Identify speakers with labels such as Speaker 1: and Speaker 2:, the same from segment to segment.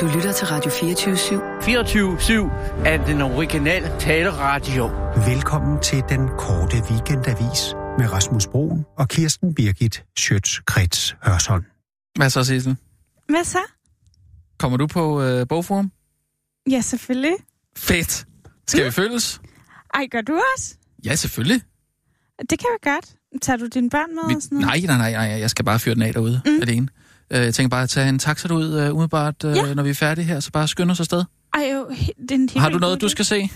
Speaker 1: Du lytter til Radio 24-7.
Speaker 2: 24-7 er den originale taleradio.
Speaker 3: Velkommen til den korte weekendavis med Rasmus Broen og Kirsten Birgit Schøtz-Krets Hørsholm.
Speaker 4: Hvad så, Sissel?
Speaker 5: Hvad så?
Speaker 4: Kommer du på øh, bogforum?
Speaker 5: Ja, selvfølgelig.
Speaker 4: Fedt!
Speaker 5: Mm.
Speaker 4: Skal vi følges?
Speaker 5: Ej, gør du også?
Speaker 4: Ja, selvfølgelig.
Speaker 5: Det kan vi godt. Tager du dine børn med
Speaker 4: Vi,
Speaker 5: og sådan noget?
Speaker 4: nej, nej, nej, nej, jeg skal bare fyre den af derude mm. alene. Øh, Jeg tænker bare at tage en taxa derud øh, umiddelbart, øh, ja.
Speaker 5: Ja.
Speaker 4: når vi er færdige her, så bare skynde os afsted.
Speaker 5: Ej, jo, he- det er en helt
Speaker 4: Har du
Speaker 5: vildt
Speaker 4: noget,
Speaker 5: god
Speaker 4: du
Speaker 5: idé.
Speaker 4: skal se?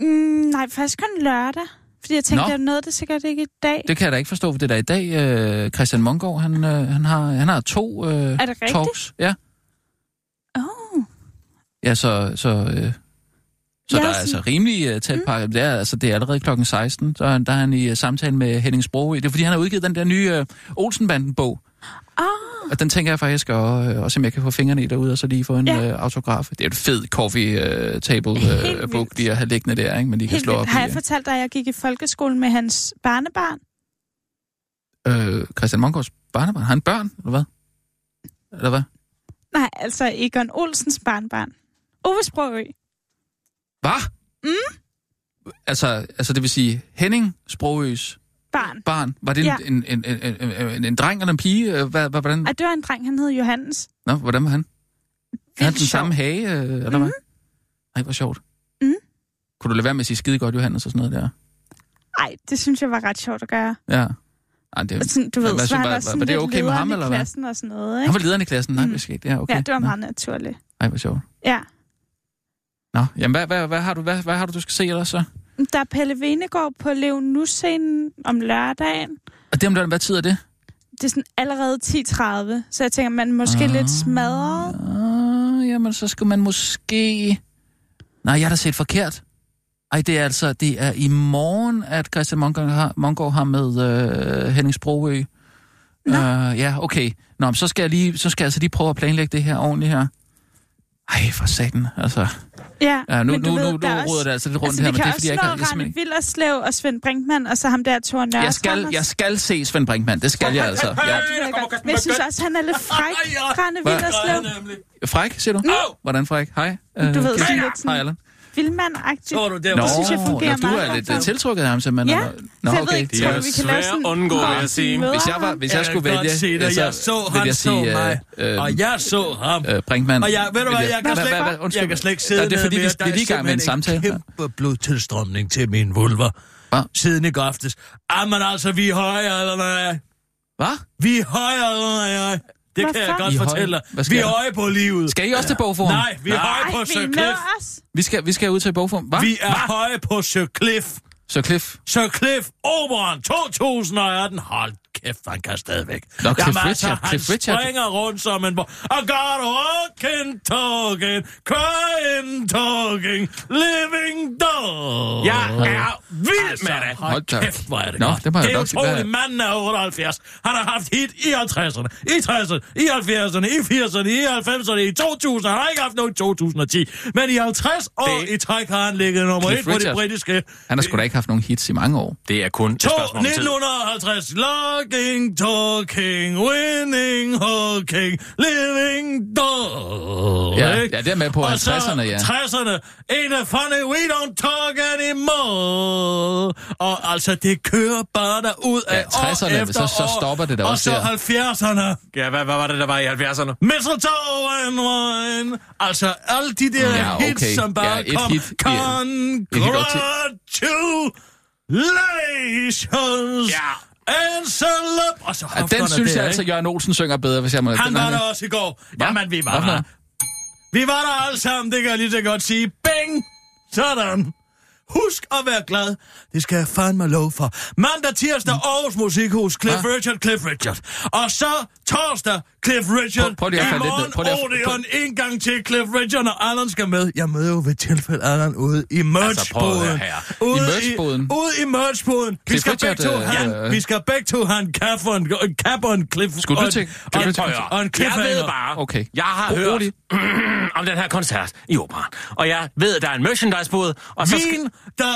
Speaker 5: Mm, nej, faktisk kun lørdag. Fordi jeg tænkte,
Speaker 4: Nå.
Speaker 5: at jeg nåede det sikkert ikke i dag. Det...
Speaker 4: Det kan jeg da ikke forstå, for det der i dag, øh, Christian Mongård, han, øh, han, har, han har to øh,
Speaker 5: Er det rigtigt?
Speaker 4: talks. Ja.
Speaker 5: Oh.
Speaker 4: Ja, så, så, øh, så
Speaker 5: Ja,
Speaker 4: der er
Speaker 5: sådan-
Speaker 4: altså rimelig uh, tæt pakket. Mm. Det, er, altså, det er allerede klokken 16, så er- der er han i uh, samtale med Henning Sprogø. Det er fordi, han har udgivet den der nye uh, Olsenbanden-bog.
Speaker 5: Ah.
Speaker 4: Oh. Og den tænker jeg faktisk, og, øh, også om jeg kan få fingrene i derude, og så lige få en
Speaker 5: Ja.
Speaker 4: ja. uh, autograf. Det er jo et fedt coffee-table-bog,
Speaker 5: Helt
Speaker 4: uh, bog,
Speaker 5: vildt.
Speaker 4: de at have liggende der, ikke? men de kan
Speaker 5: Helt
Speaker 4: slå op
Speaker 5: vildt. Har jeg
Speaker 4: i.
Speaker 5: fortalt dig, at jeg gik i folkeskolen med hans barnebarn?
Speaker 4: Uh, Christian Mongårds barnebarn. Har han børn, eller hvad? Eller hvad?
Speaker 5: Nej, altså Egon Olsens barnebarn. Ove Sprogø.
Speaker 4: Hvad? Mm. Altså, altså, det vil sige, Henning Sprogøs
Speaker 5: Barn.
Speaker 4: barn. Var det en, ja.
Speaker 5: Ja.
Speaker 4: en, en, en, en, en, en dreng eller en pige? Øh, Hvad, hvad, hvordan,
Speaker 5: Ej, det var en dreng, han hed Johannes.
Speaker 4: Nå, hvordan var han? Vildt han den
Speaker 5: sjov.
Speaker 4: samme hage, øh, eller mm-hmm. hvad? Nej, hvor sjovt.
Speaker 5: Mhm.
Speaker 4: Kunne du lade være med at sige skide godt, Johannes, og sådan noget der?
Speaker 5: Ej, det synes jeg var ret sjovt at gøre.
Speaker 4: Ja. Ej, det,
Speaker 5: Og sådan, du ved,
Speaker 4: hvad-
Speaker 5: så var
Speaker 4: var-
Speaker 5: han også
Speaker 4: var-
Speaker 5: sådan
Speaker 4: var det
Speaker 5: lidt
Speaker 4: okay med ham,
Speaker 5: lederen i
Speaker 4: eller hvad?
Speaker 5: klassen og sådan noget,
Speaker 4: han
Speaker 5: ikke?
Speaker 4: var lederen i klassen, nej,
Speaker 5: Mhm.
Speaker 4: mm. sket. Ja, okay.
Speaker 5: Ja, det var
Speaker 4: Nå.
Speaker 5: meget naturligt.
Speaker 4: Ej, hvor sjovt.
Speaker 5: Ja.
Speaker 4: Nå, jamen, hvad, hvad, hvad, har du, hvad, hvad har du, du skal se ellers så?
Speaker 5: Der er Pelle Venegård på Lev Nu-scenen om lørdagen.
Speaker 4: Og det om lørdagen, hvad tid er det?
Speaker 5: Det er sådan allerede 10.30, så jeg tænker, man er
Speaker 4: Ah.
Speaker 5: måske ah. lidt smadret.
Speaker 4: Ah, jamen, så skulle man måske... Nej, jeg har da set forkert. Ej, det er altså, det er i morgen, at Christian Mongård har, Mongård har med øh, Henning Sprogø.
Speaker 5: Nå.
Speaker 4: Øh, ja, okay. Nå, men så skal, jeg lige, så skal jeg altså lige prøve at planlægge det her ordentligt her. Ej, for satan, altså.
Speaker 5: Ja,
Speaker 4: Ja, nu,
Speaker 5: men du
Speaker 4: nu,
Speaker 5: ved,
Speaker 4: nu,
Speaker 5: der er
Speaker 4: nu råder det altså lidt rundt
Speaker 5: altså,
Speaker 4: her,
Speaker 5: vi
Speaker 4: men det
Speaker 5: kan
Speaker 4: er, fordi jeg,
Speaker 5: også
Speaker 4: kan, jeg,
Speaker 5: nå Rane
Speaker 4: simpelthen-
Speaker 5: Villerslev og Svend Brinkmann, og så ham der, Thor Nørre
Speaker 4: jeg, skal, jeg skal se Svend Brinkmann, det skal jeg altså. Ja.
Speaker 5: Men jeg synes også, han er lidt fræk, Rane
Speaker 4: Hvad?
Speaker 5: Villerslev.
Speaker 4: Fræk, siger du? Hvordan fræk? Hej. Øh,
Speaker 5: Du ved,
Speaker 4: Kirsten.
Speaker 5: sådan lidt
Speaker 4: Hej,
Speaker 5: sådan
Speaker 4: Allan.
Speaker 5: vildmand-agtig.
Speaker 2: Tror du, det
Speaker 4: Nå,
Speaker 5: Det synes jeg
Speaker 4: nå,
Speaker 5: fungerer
Speaker 4: du
Speaker 5: meget
Speaker 4: er lidt
Speaker 5: godt.
Speaker 4: øh, tiltrukket af ham, simpelthen.
Speaker 5: Ja,
Speaker 4: eller-
Speaker 5: så
Speaker 4: Nå,
Speaker 5: jeg ved
Speaker 4: okay.
Speaker 5: ikke, tror du, vi kan lave
Speaker 6: svære
Speaker 5: sådan...
Speaker 6: at undgå, vil jeg sige.
Speaker 5: møder
Speaker 4: Hvis jeg, var,
Speaker 5: ham?
Speaker 4: hvis jeg,
Speaker 6: Jeg
Speaker 4: skulle
Speaker 6: kan
Speaker 4: vælge...
Speaker 6: godt se det.
Speaker 4: ja,
Speaker 6: Jeg så
Speaker 4: ville
Speaker 6: han,
Speaker 4: jeg
Speaker 6: så
Speaker 4: sige,
Speaker 6: mig.
Speaker 4: øh,
Speaker 6: Og jeg så ham.
Speaker 4: Øh, Brinkmann.
Speaker 6: Og jeg, ved du
Speaker 4: ville
Speaker 6: hvad, jeg kan slet ikke-
Speaker 4: undskyld.
Speaker 6: Jeg kan slet ikke sidde
Speaker 4: Er det,
Speaker 6: ned
Speaker 4: fordi vi,
Speaker 6: mere.
Speaker 4: vi er lige i gang med en samtale?
Speaker 6: Der er simpelthen en kæmpe blodtilstrømning til min vulva.
Speaker 4: Hva?
Speaker 6: Siden i går aftes. Ah, men altså, vi er højere, eller nej?
Speaker 4: Hvad?
Speaker 6: Vi er højere, eller nej? Det kan jeg
Speaker 5: Hvorfor?
Speaker 6: godt
Speaker 4: I er høje.
Speaker 6: fortælle
Speaker 4: Hvad
Speaker 6: dig.
Speaker 4: sker
Speaker 6: Vi er
Speaker 4: der?
Speaker 6: høje på livet.
Speaker 4: Skal I også til bogforum?
Speaker 6: Nej, vi er høje på
Speaker 5: Ej,
Speaker 6: Sir
Speaker 5: vi er med
Speaker 6: Cliff.
Speaker 5: os.
Speaker 4: Vi skal, vi skal ud til bogforum. Hvad?
Speaker 6: Vi er høje på Sir Cliff.
Speaker 4: Så Cliff.
Speaker 6: Sir Cliff Oberon 2018. Hold kæft, han kan stadigvæk.
Speaker 4: Nå, Cliff
Speaker 6: Jamen, altså,
Speaker 4: Richard,
Speaker 6: han
Speaker 4: Cliff Richard.
Speaker 6: springer rundt som en... bo- I got walking, talking, crying, talking, living dog. Jeg er vild altså, med det.
Speaker 4: hold da.
Speaker 6: Hold kæft, hvor er det
Speaker 4: Nå,
Speaker 6: godt.
Speaker 4: det må jeg
Speaker 6: det er
Speaker 4: nok sige, hvad-
Speaker 6: utroligt, manden er 78. Han har haft hit i 50'erne, i 60'erne, i 70'erne, i 80'erne, i 90'erne, i 2000. Han har ikke haft nogen i 2010. Men i 50 år
Speaker 4: Det-
Speaker 6: i træk har han ligget nummer
Speaker 4: Cliff
Speaker 6: et på det
Speaker 4: Richard.
Speaker 6: britiske
Speaker 4: Han har sgu da ikke haft nogen hits i mange år.
Speaker 7: Det er kun et
Speaker 6: To,
Speaker 7: spørgsmål om tid.
Speaker 6: 1950. Logging, talking, winning, hooking, living, dog.
Speaker 4: Ja,
Speaker 6: ikke?
Speaker 4: ja, det er med på
Speaker 6: Og så
Speaker 4: 50'erne, ja.
Speaker 6: 60'erne. Ain't a funny, we don't talk anymore. Og altså, det kører bare derud af
Speaker 4: Ja, 60'erne,
Speaker 6: år efter
Speaker 4: så- så
Speaker 6: år.
Speaker 4: stopper det da
Speaker 6: Og
Speaker 4: også
Speaker 6: så
Speaker 4: der.
Speaker 6: 70'erne.
Speaker 7: Ja, hvad, hvad var det, der var i 70'erne?
Speaker 6: Mistletoe and wine. Altså, alle de der
Speaker 4: Mm, Ja, okay.
Speaker 6: hits, som bare
Speaker 4: Ja, et
Speaker 6: kom.
Speaker 4: hit, ja. Jeg kan godt se-
Speaker 6: Congratulations.
Speaker 7: Ja.
Speaker 6: And celeb... Og så
Speaker 4: Ja, den
Speaker 6: hofterne
Speaker 4: synes
Speaker 6: der,
Speaker 4: jeg altså,
Speaker 6: ikke?
Speaker 4: Jørgen Olsen synger bedre, hvis jeg må...
Speaker 6: Han
Speaker 4: den
Speaker 6: var
Speaker 4: har-
Speaker 6: der også i går.
Speaker 4: Hva?
Speaker 6: Jamen, vi var
Speaker 4: Hvad for
Speaker 6: der.
Speaker 4: noget?
Speaker 6: Vi var der alle sammen, det kan jeg lige så godt sige. Bing! Sådan. Husk at være glad. Det skal jeg fandme lov for. Mandag, tirsdag, Aarhus Musikhus, Cliff
Speaker 4: Mm. Hva?
Speaker 6: Richard, Cliff Richard. Og så torsdag, Cliff Richard.
Speaker 4: Prøv- prøv lige at
Speaker 6: I
Speaker 4: falde lidt ned.
Speaker 6: morgen,
Speaker 4: Prøv lige at-
Speaker 6: Odeon, en gang til Cliff Richard, og Allan skal med. Jeg møder jo ved tilfælde Allan ude
Speaker 4: Altså,
Speaker 6: i merchboden.
Speaker 7: høre her.
Speaker 6: ude
Speaker 4: I merchboden?
Speaker 6: Ude i merchboden. Vi
Speaker 4: Cliff
Speaker 6: skal begge
Speaker 4: Richard,
Speaker 6: to
Speaker 4: øh,
Speaker 6: have
Speaker 4: øh,
Speaker 6: en- vi skal begge to have en kaffe og en, en kaffe og en cliff.
Speaker 4: Skulle du
Speaker 6: og-
Speaker 4: til-
Speaker 6: og-
Speaker 4: Cliff
Speaker 6: og-
Speaker 4: Richard?
Speaker 6: Og en
Speaker 7: Jeg
Speaker 6: cliffhanger.
Speaker 7: ved bare,
Speaker 4: Okay.
Speaker 7: Ah, jeg har
Speaker 4: Ro-
Speaker 7: hørt
Speaker 4: rolig.
Speaker 7: om den her koncert i operan. Og jeg ved, at der er en merchandise-bod, og så skal...
Speaker 6: Vin, der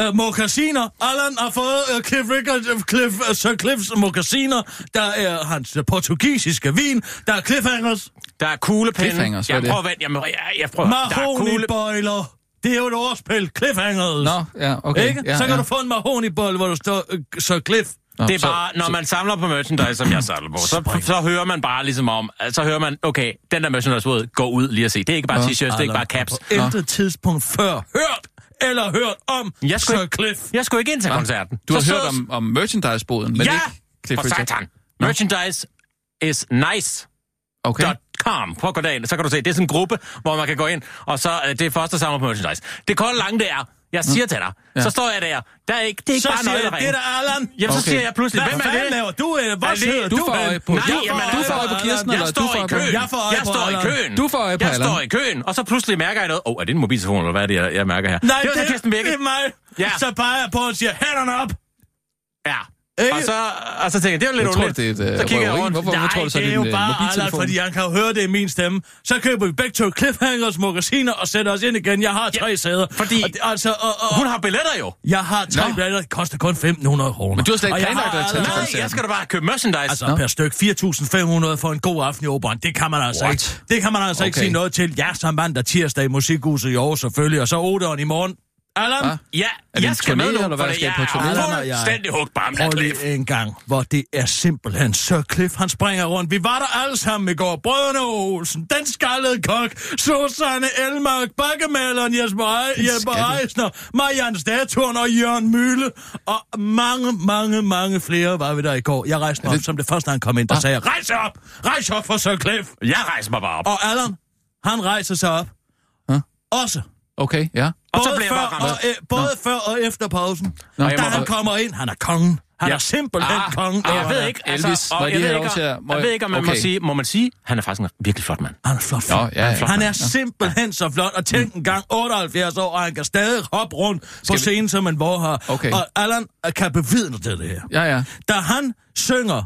Speaker 6: er øh, mokassiner. Allan har fået øh, Cliff Richard, øh, Cliff, øh, Sir Cliffs mokassiner. Der er hans øh, portugisiske sælger vin, der er cliffhangers,
Speaker 7: Der er kuglepinden.
Speaker 4: Cliffhangers, hvad er
Speaker 7: jeg
Speaker 4: det?
Speaker 7: prøver at vente. Jeg, må- jeg, jeg prøver. Der er kugle...
Speaker 6: mahonibøjler. Det er jo et ordspil, cliffhangers.
Speaker 4: Nå, ja, okay.
Speaker 6: Ikke?
Speaker 4: Ja,
Speaker 6: så kan
Speaker 4: ja.
Speaker 6: du få en mahonibøjle, hvor du står øh, så cliff.
Speaker 4: Nå,
Speaker 7: Det er
Speaker 4: så-
Speaker 7: bare, når man samler på merchandise, som jeg samler på, så, så hører man bare ligesom om, så hører man, okay, den der merchandise ud, gå ud lige og se. Det er ikke bare
Speaker 4: Nå.
Speaker 7: t-shirts, det er ikke bare caps.
Speaker 6: På intet tidspunkt før hørt eller hørt om
Speaker 7: Jeg skulle
Speaker 6: Sir
Speaker 7: ikke-
Speaker 6: Cliff.
Speaker 7: Jeg skulle ikke ind til koncerten.
Speaker 4: Du har
Speaker 7: Så
Speaker 4: hørt
Speaker 7: sød-
Speaker 4: om, om merchandise-boden, men
Speaker 7: ja,
Speaker 4: ikke Cliff
Speaker 7: for
Speaker 4: Richard.
Speaker 7: satan.
Speaker 4: Nå.
Speaker 7: Merchandise is nice.
Speaker 4: Okay.
Speaker 7: Com. Prøv at gå derind, så kan du se, det er sådan en gruppe, hvor man kan gå ind, og så øh, det er første samler på merchandise. Det kolde lange det er, jeg siger til dig,
Speaker 4: Mm. Ja.
Speaker 7: så står jeg der, der er ikke, det er ikke
Speaker 6: Så
Speaker 7: bare
Speaker 6: siger jeg,
Speaker 7: nøglering.
Speaker 6: det er der Allan.
Speaker 7: Jamen, så
Speaker 4: Okay.
Speaker 7: siger jeg pludselig,
Speaker 6: Hvad
Speaker 7: hvem er
Speaker 6: fanden
Speaker 7: det?
Speaker 6: laver du? Øh,
Speaker 7: Er
Speaker 6: hvor
Speaker 7: det-
Speaker 6: sidder
Speaker 4: du
Speaker 6: du?
Speaker 4: får øje på-
Speaker 6: henne?
Speaker 7: Nej,
Speaker 4: Du
Speaker 6: Jeg får
Speaker 7: jamen,
Speaker 4: du
Speaker 6: øje
Speaker 7: altså,
Speaker 4: får øje på
Speaker 6: Allan.
Speaker 4: Kirsten,
Speaker 7: jeg
Speaker 4: eller du
Speaker 7: står
Speaker 4: får
Speaker 7: i
Speaker 4: øje på
Speaker 7: køen.
Speaker 4: Allan?
Speaker 6: Jeg får øje
Speaker 7: jeg
Speaker 6: på
Speaker 7: står i
Speaker 6: Allan.
Speaker 7: køen.
Speaker 4: Du får øje på
Speaker 7: Jeg
Speaker 4: Allan.
Speaker 7: står i køen, og så pludselig mærker jeg noget. Åh, oh, er det en mobiltelefon, eller hvad er det, jeg, jeg mærker her?
Speaker 6: Nej,
Speaker 7: det
Speaker 6: det,
Speaker 7: var så Kirsten Birgit.
Speaker 6: det er mig.
Speaker 7: Ja.
Speaker 6: Så peger jeg på og siger, hænderne op.
Speaker 7: Ja.
Speaker 6: Ikke?
Speaker 7: Og så, og så tænker jeg, det var lidt
Speaker 4: Øh. Jeg tror,
Speaker 7: underligt.
Speaker 4: det er et, øh,
Speaker 7: så kigger jeg
Speaker 4: røveri.
Speaker 7: rundt.
Speaker 4: Hvorfor-
Speaker 7: Nej,
Speaker 4: hvorfor tror du så,
Speaker 7: det
Speaker 6: det er
Speaker 4: din,
Speaker 6: jo
Speaker 4: øh,
Speaker 6: bare Allan,
Speaker 4: mobiltelefon?
Speaker 6: fordi han kan jo høre, det er min stemme. Så køber vi begge to cliffhangers, magasiner og sætter os ind igen. Jeg har tre
Speaker 7: Ja,
Speaker 6: sæder.
Speaker 7: fordi-
Speaker 6: Og det- altså, og, og,
Speaker 7: Hun har billetter jo.
Speaker 6: jeg har tre
Speaker 4: Nå.
Speaker 6: billetter, det koster kun 1.500 kroner.
Speaker 4: Men du har slet ikke
Speaker 6: Og jeg
Speaker 4: planlagt
Speaker 6: har
Speaker 4: at tage til
Speaker 6: Allan-
Speaker 7: Nej, jeg skal da bare købe merchandise.
Speaker 6: Altså,
Speaker 4: Nå.
Speaker 6: per styk 4.500 for en god aften i operen. Det kan man altså
Speaker 4: What?
Speaker 6: ikke. Det kan man altså okay. ikke
Speaker 4: Okay.
Speaker 6: sige noget til. Ja, så mandag tirsdag i Musikhuset i år selvfølgelig, og så 8'eren i morgen. Allan,
Speaker 4: Hva?
Speaker 6: ah,
Speaker 7: ja,
Speaker 4: Er det
Speaker 7: jeg
Speaker 4: en
Speaker 7: skal
Speaker 4: turné,
Speaker 7: med nu,
Speaker 4: eller
Speaker 7: for
Speaker 4: hvad,
Speaker 7: det-
Speaker 4: skal
Speaker 7: jeg
Speaker 4: på turné?
Speaker 6: Nej,
Speaker 7: er
Speaker 6: nej, nej.
Speaker 7: fuldstændig hugt bare med
Speaker 6: prøv
Speaker 7: Cliff.
Speaker 6: lige en gang, hvor det er simpelthen så Cliff, han springer rundt. Vi var der alle sammen i går. Brødrene Olsen, den skaldede kok, Susanne Elmark, bakkemaleren Jesper, Ej, Jesper
Speaker 4: skaldede.
Speaker 6: Eisner, Marianne Staturen og Jørgen Mølle. Og mange, mange, mange flere var vi der i går. Jeg rejste mig op, som det første, han kom ind,
Speaker 4: Ah.
Speaker 6: der sagde, jeg, rejs jer op! Rejs jer op for Sir Cliff!
Speaker 7: Jeg rejser mig bare op.
Speaker 6: Og Allan, han rejser sig op.
Speaker 4: Hå?
Speaker 6: Også.
Speaker 4: Okay, ja.
Speaker 7: Og så
Speaker 6: Både
Speaker 7: bliver jeg
Speaker 6: før
Speaker 7: bare ramt.
Speaker 6: og, øh, både før og efter pausen.
Speaker 4: Nå,
Speaker 6: da
Speaker 4: jeg må
Speaker 6: han
Speaker 4: bare-
Speaker 6: kommer ind, han er kongen. Han
Speaker 7: Ja.
Speaker 6: er simpelthen
Speaker 4: Ah,
Speaker 6: kongen.
Speaker 7: Og
Speaker 6: over
Speaker 7: jeg ved
Speaker 6: det.
Speaker 7: ikke,
Speaker 4: Elvis,
Speaker 7: altså,
Speaker 4: må
Speaker 7: og
Speaker 4: jeg
Speaker 7: jeg,
Speaker 4: lige
Speaker 7: ved
Speaker 4: have
Speaker 7: ikke,
Speaker 4: lov til at-
Speaker 7: om,
Speaker 4: må
Speaker 7: jeg
Speaker 4: jeg-
Speaker 7: ved ikke, om man må
Speaker 4: Okay.
Speaker 7: sige, må man sige, han er faktisk en virkelig flot mand.
Speaker 6: Han er flot.
Speaker 4: Nå, ja, ja.
Speaker 6: Han er simpelthen så flot, og tænk en gang, 78 år, og han kan stadig hoppe rundt på
Speaker 4: vi-
Speaker 6: scenen, som en vorhar.
Speaker 4: Okay.
Speaker 6: Og Allan øh, kan bevidne til det her.
Speaker 4: Ja, ja.
Speaker 6: Da han synger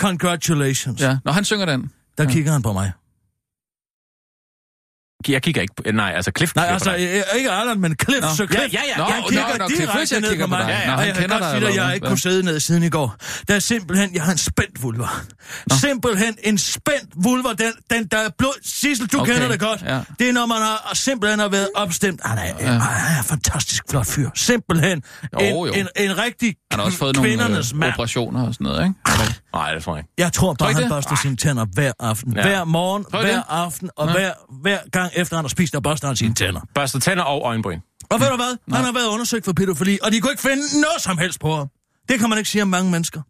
Speaker 6: Congratulations,
Speaker 4: ja. Når han synger den.
Speaker 6: der kigger han på mig.
Speaker 7: Jeg kigger ikke på... Nej, altså Cliff
Speaker 6: Nej,
Speaker 7: kigger
Speaker 6: altså,
Speaker 7: på dig.
Speaker 6: øh, ikke Allan, men Cliff,
Speaker 4: Nå.
Speaker 6: så
Speaker 7: Ja,
Speaker 6: Cliff.
Speaker 7: ja, ja.
Speaker 4: Nå,
Speaker 7: ja.
Speaker 6: Jeg kigger
Speaker 4: nå, nå,
Speaker 6: direkte
Speaker 4: Cliff Richard
Speaker 6: ned
Speaker 4: kigger
Speaker 6: på
Speaker 4: på
Speaker 6: mig.
Speaker 4: dig.
Speaker 6: Ja,
Speaker 4: Ja,
Speaker 6: ja.
Speaker 4: Nå,
Speaker 6: Og
Speaker 4: han
Speaker 6: jeg kan
Speaker 4: kender
Speaker 6: godt
Speaker 4: dig,
Speaker 6: sige dig,
Speaker 4: eller
Speaker 6: jeg
Speaker 4: hvad?
Speaker 6: ikke
Speaker 4: Ja.
Speaker 6: kunne sidde ned siden i går. Der er simpelthen, jeg har en spændt vulva. Simpelthen en spændt vulva, den, den der er blod. Sissel, du
Speaker 4: Okay,
Speaker 6: kender det godt.
Speaker 4: ja.
Speaker 6: Det er, når man har, simpelthen har været opstemt. Han er, ja. han er en fantastisk flot fyr. Simpelthen
Speaker 4: Jo,
Speaker 6: en,
Speaker 4: jo.
Speaker 6: En, en rigtig
Speaker 4: Han har også fået nogle
Speaker 6: kvindernes
Speaker 4: øh,
Speaker 6: mand.
Speaker 4: operationer og sådan noget, ikke? Okay.
Speaker 7: Nej, det tror jeg ikke.
Speaker 6: Jeg tror
Speaker 4: Tror
Speaker 6: bare,
Speaker 4: I
Speaker 6: han
Speaker 4: det?
Speaker 6: børster sine tænder hver aften.
Speaker 7: Ja.
Speaker 6: Hver morgen,
Speaker 4: Tror I
Speaker 6: hver
Speaker 4: det?
Speaker 6: aften og
Speaker 4: Ja. Mm.
Speaker 6: hver, hver gang efter han har spist, der børster han sine tænder.
Speaker 7: Børste tænder og øjenbryn.
Speaker 6: Og ved du hvad? Han har været undersøgt for pædofili, og de kunne ikke finde noget som helst på ham. Det kan man ikke sige om mange mennesker.